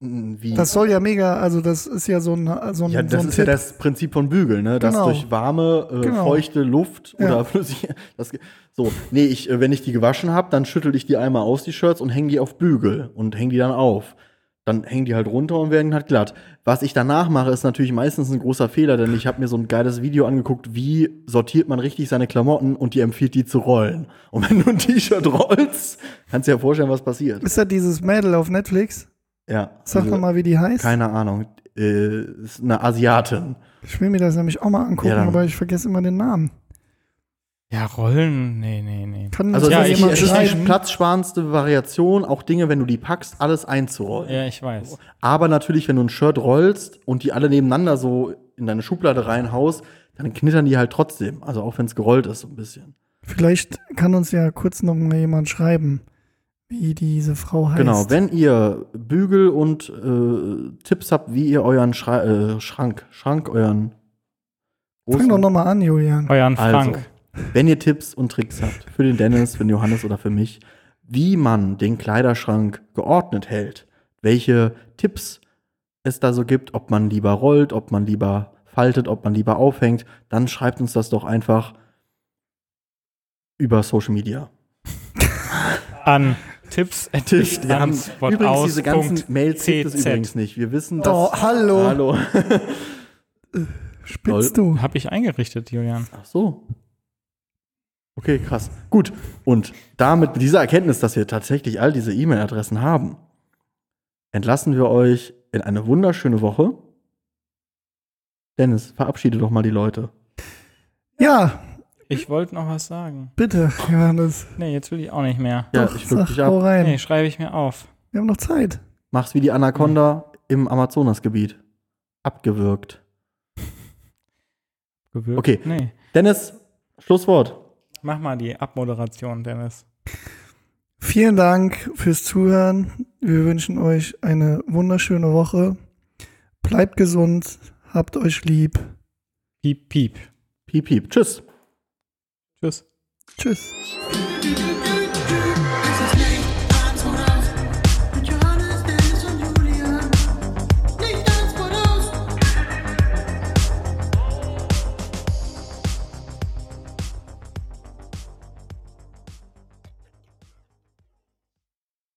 [SPEAKER 1] Mm, Wie?
[SPEAKER 4] Das soll ja mega, also das ist ja so ein, Um so ein,
[SPEAKER 1] ja,
[SPEAKER 4] so
[SPEAKER 1] das
[SPEAKER 4] ein
[SPEAKER 1] ist ja
[SPEAKER 4] Tipp.
[SPEAKER 1] das Prinzip von Bügeln, ne? Dass
[SPEAKER 4] Genau.
[SPEAKER 1] durch warme, äh,
[SPEAKER 4] Genau.
[SPEAKER 1] feuchte Luft
[SPEAKER 4] Ja.
[SPEAKER 1] oder flüssig. Das, ge- so, nee, ich, äh, wenn ich die gewaschen habe, dann schüttel ich die einmal aus, die Shirts, und hänge die auf Bügel und hänge die dann auf. Dann hängen die halt runter und werden halt glatt. Was ich danach mache, ist natürlich meistens ein großer Fehler, denn ich habe mir so ein geiles Video angeguckt, wie sortiert man richtig seine Klamotten und die empfiehlt die zu rollen. Und wenn du ein T-Shirt rollst, kannst du dir ja vorstellen, was passiert.
[SPEAKER 4] Ist das dieses Mädel auf Netflix?
[SPEAKER 1] Ja.
[SPEAKER 4] Sag
[SPEAKER 1] diese-
[SPEAKER 4] doch mal, wie die heißt.
[SPEAKER 1] Keine Ahnung. Äh, ist eine Asiatin.
[SPEAKER 4] Ich will mir das nämlich auch mal angucken,
[SPEAKER 1] Ja, dann-
[SPEAKER 4] aber ich vergesse immer den Namen.
[SPEAKER 2] Ja, Rollen, nee, nee, nee.
[SPEAKER 4] Kann
[SPEAKER 1] Also
[SPEAKER 4] das
[SPEAKER 2] Ja,
[SPEAKER 1] es, ist,
[SPEAKER 2] ich-
[SPEAKER 4] jemand
[SPEAKER 1] es ist
[SPEAKER 4] schreiben?
[SPEAKER 1] die platzsparendste Variation, auch Dinge, wenn du die packst, alles einzurollen.
[SPEAKER 2] Ja, ich weiß.
[SPEAKER 1] Aber natürlich, wenn du ein Shirt rollst und die alle nebeneinander so in deine Schublade reinhaust, dann knittern die halt trotzdem. Also auch wenn es gerollt ist, so ein bisschen.
[SPEAKER 4] Vielleicht kann uns ja kurz noch mal jemand schreiben, wie diese Frau heißt.
[SPEAKER 1] Genau, wenn ihr Bügel und äh, Tipps habt, wie ihr euren Schrei äh, Schrank, Schrank, euren
[SPEAKER 4] Fang doch nochmal an, Julian.
[SPEAKER 2] Euren
[SPEAKER 1] Also,
[SPEAKER 2] Frank.
[SPEAKER 1] wenn ihr Tipps und Tricks habt für den Dennis, für den Johannes oder für mich, wie man den Kleiderschrank geordnet hält, welche Tipps es da so gibt, ob man lieber rollt, ob man lieber faltet, ob man lieber aufhängt, dann schreibt uns das doch einfach über Social Media.
[SPEAKER 2] An Tipps, at
[SPEAKER 1] Tipps, wir haben
[SPEAKER 2] Spot
[SPEAKER 1] übrigens
[SPEAKER 2] aus.
[SPEAKER 1] diese ganzen
[SPEAKER 2] Punkt
[SPEAKER 1] Mails gibt es
[SPEAKER 2] CZ.
[SPEAKER 1] übrigens nicht. Wir wissen das.
[SPEAKER 4] Oh, hallo.
[SPEAKER 1] Hallo.
[SPEAKER 4] Spinnst du?
[SPEAKER 2] Hab ich eingerichtet, Julian.
[SPEAKER 1] Ach so. Okay, krass. Gut. Und damit mit dieser Erkenntnis, dass wir tatsächlich all diese E-Mail-Adressen haben, entlassen wir euch in eine wunderschöne Woche. Dennis, verabschiede doch mal die Leute.
[SPEAKER 4] Ja,
[SPEAKER 2] Ich wollte noch was sagen.
[SPEAKER 4] bitte, Johannes.
[SPEAKER 2] Nee, jetzt will ich auch nicht mehr.
[SPEAKER 1] Ja,
[SPEAKER 4] Doch,
[SPEAKER 1] ich würg
[SPEAKER 4] sag,
[SPEAKER 1] dich
[SPEAKER 4] hau
[SPEAKER 1] ab.
[SPEAKER 4] rein.
[SPEAKER 2] Nee, schreibe ich mir auf.
[SPEAKER 4] Wir haben noch Zeit.
[SPEAKER 1] Mach's wie die Anaconda im Amazonasgebiet. Abgewürgt.
[SPEAKER 2] Gewürgt.
[SPEAKER 1] Okay.
[SPEAKER 2] Nee.
[SPEAKER 1] Dennis, Schlusswort.
[SPEAKER 2] Mach mal die Abmoderation, Dennis.
[SPEAKER 4] Vielen Dank fürs Zuhören. Wir wünschen euch eine wunderschöne Woche. Bleibt gesund, habt euch lieb.
[SPEAKER 2] Piep, piep.
[SPEAKER 1] Piep, piep. Tschüss.
[SPEAKER 2] Tschüss.
[SPEAKER 4] Tschüss.
[SPEAKER 3] Thank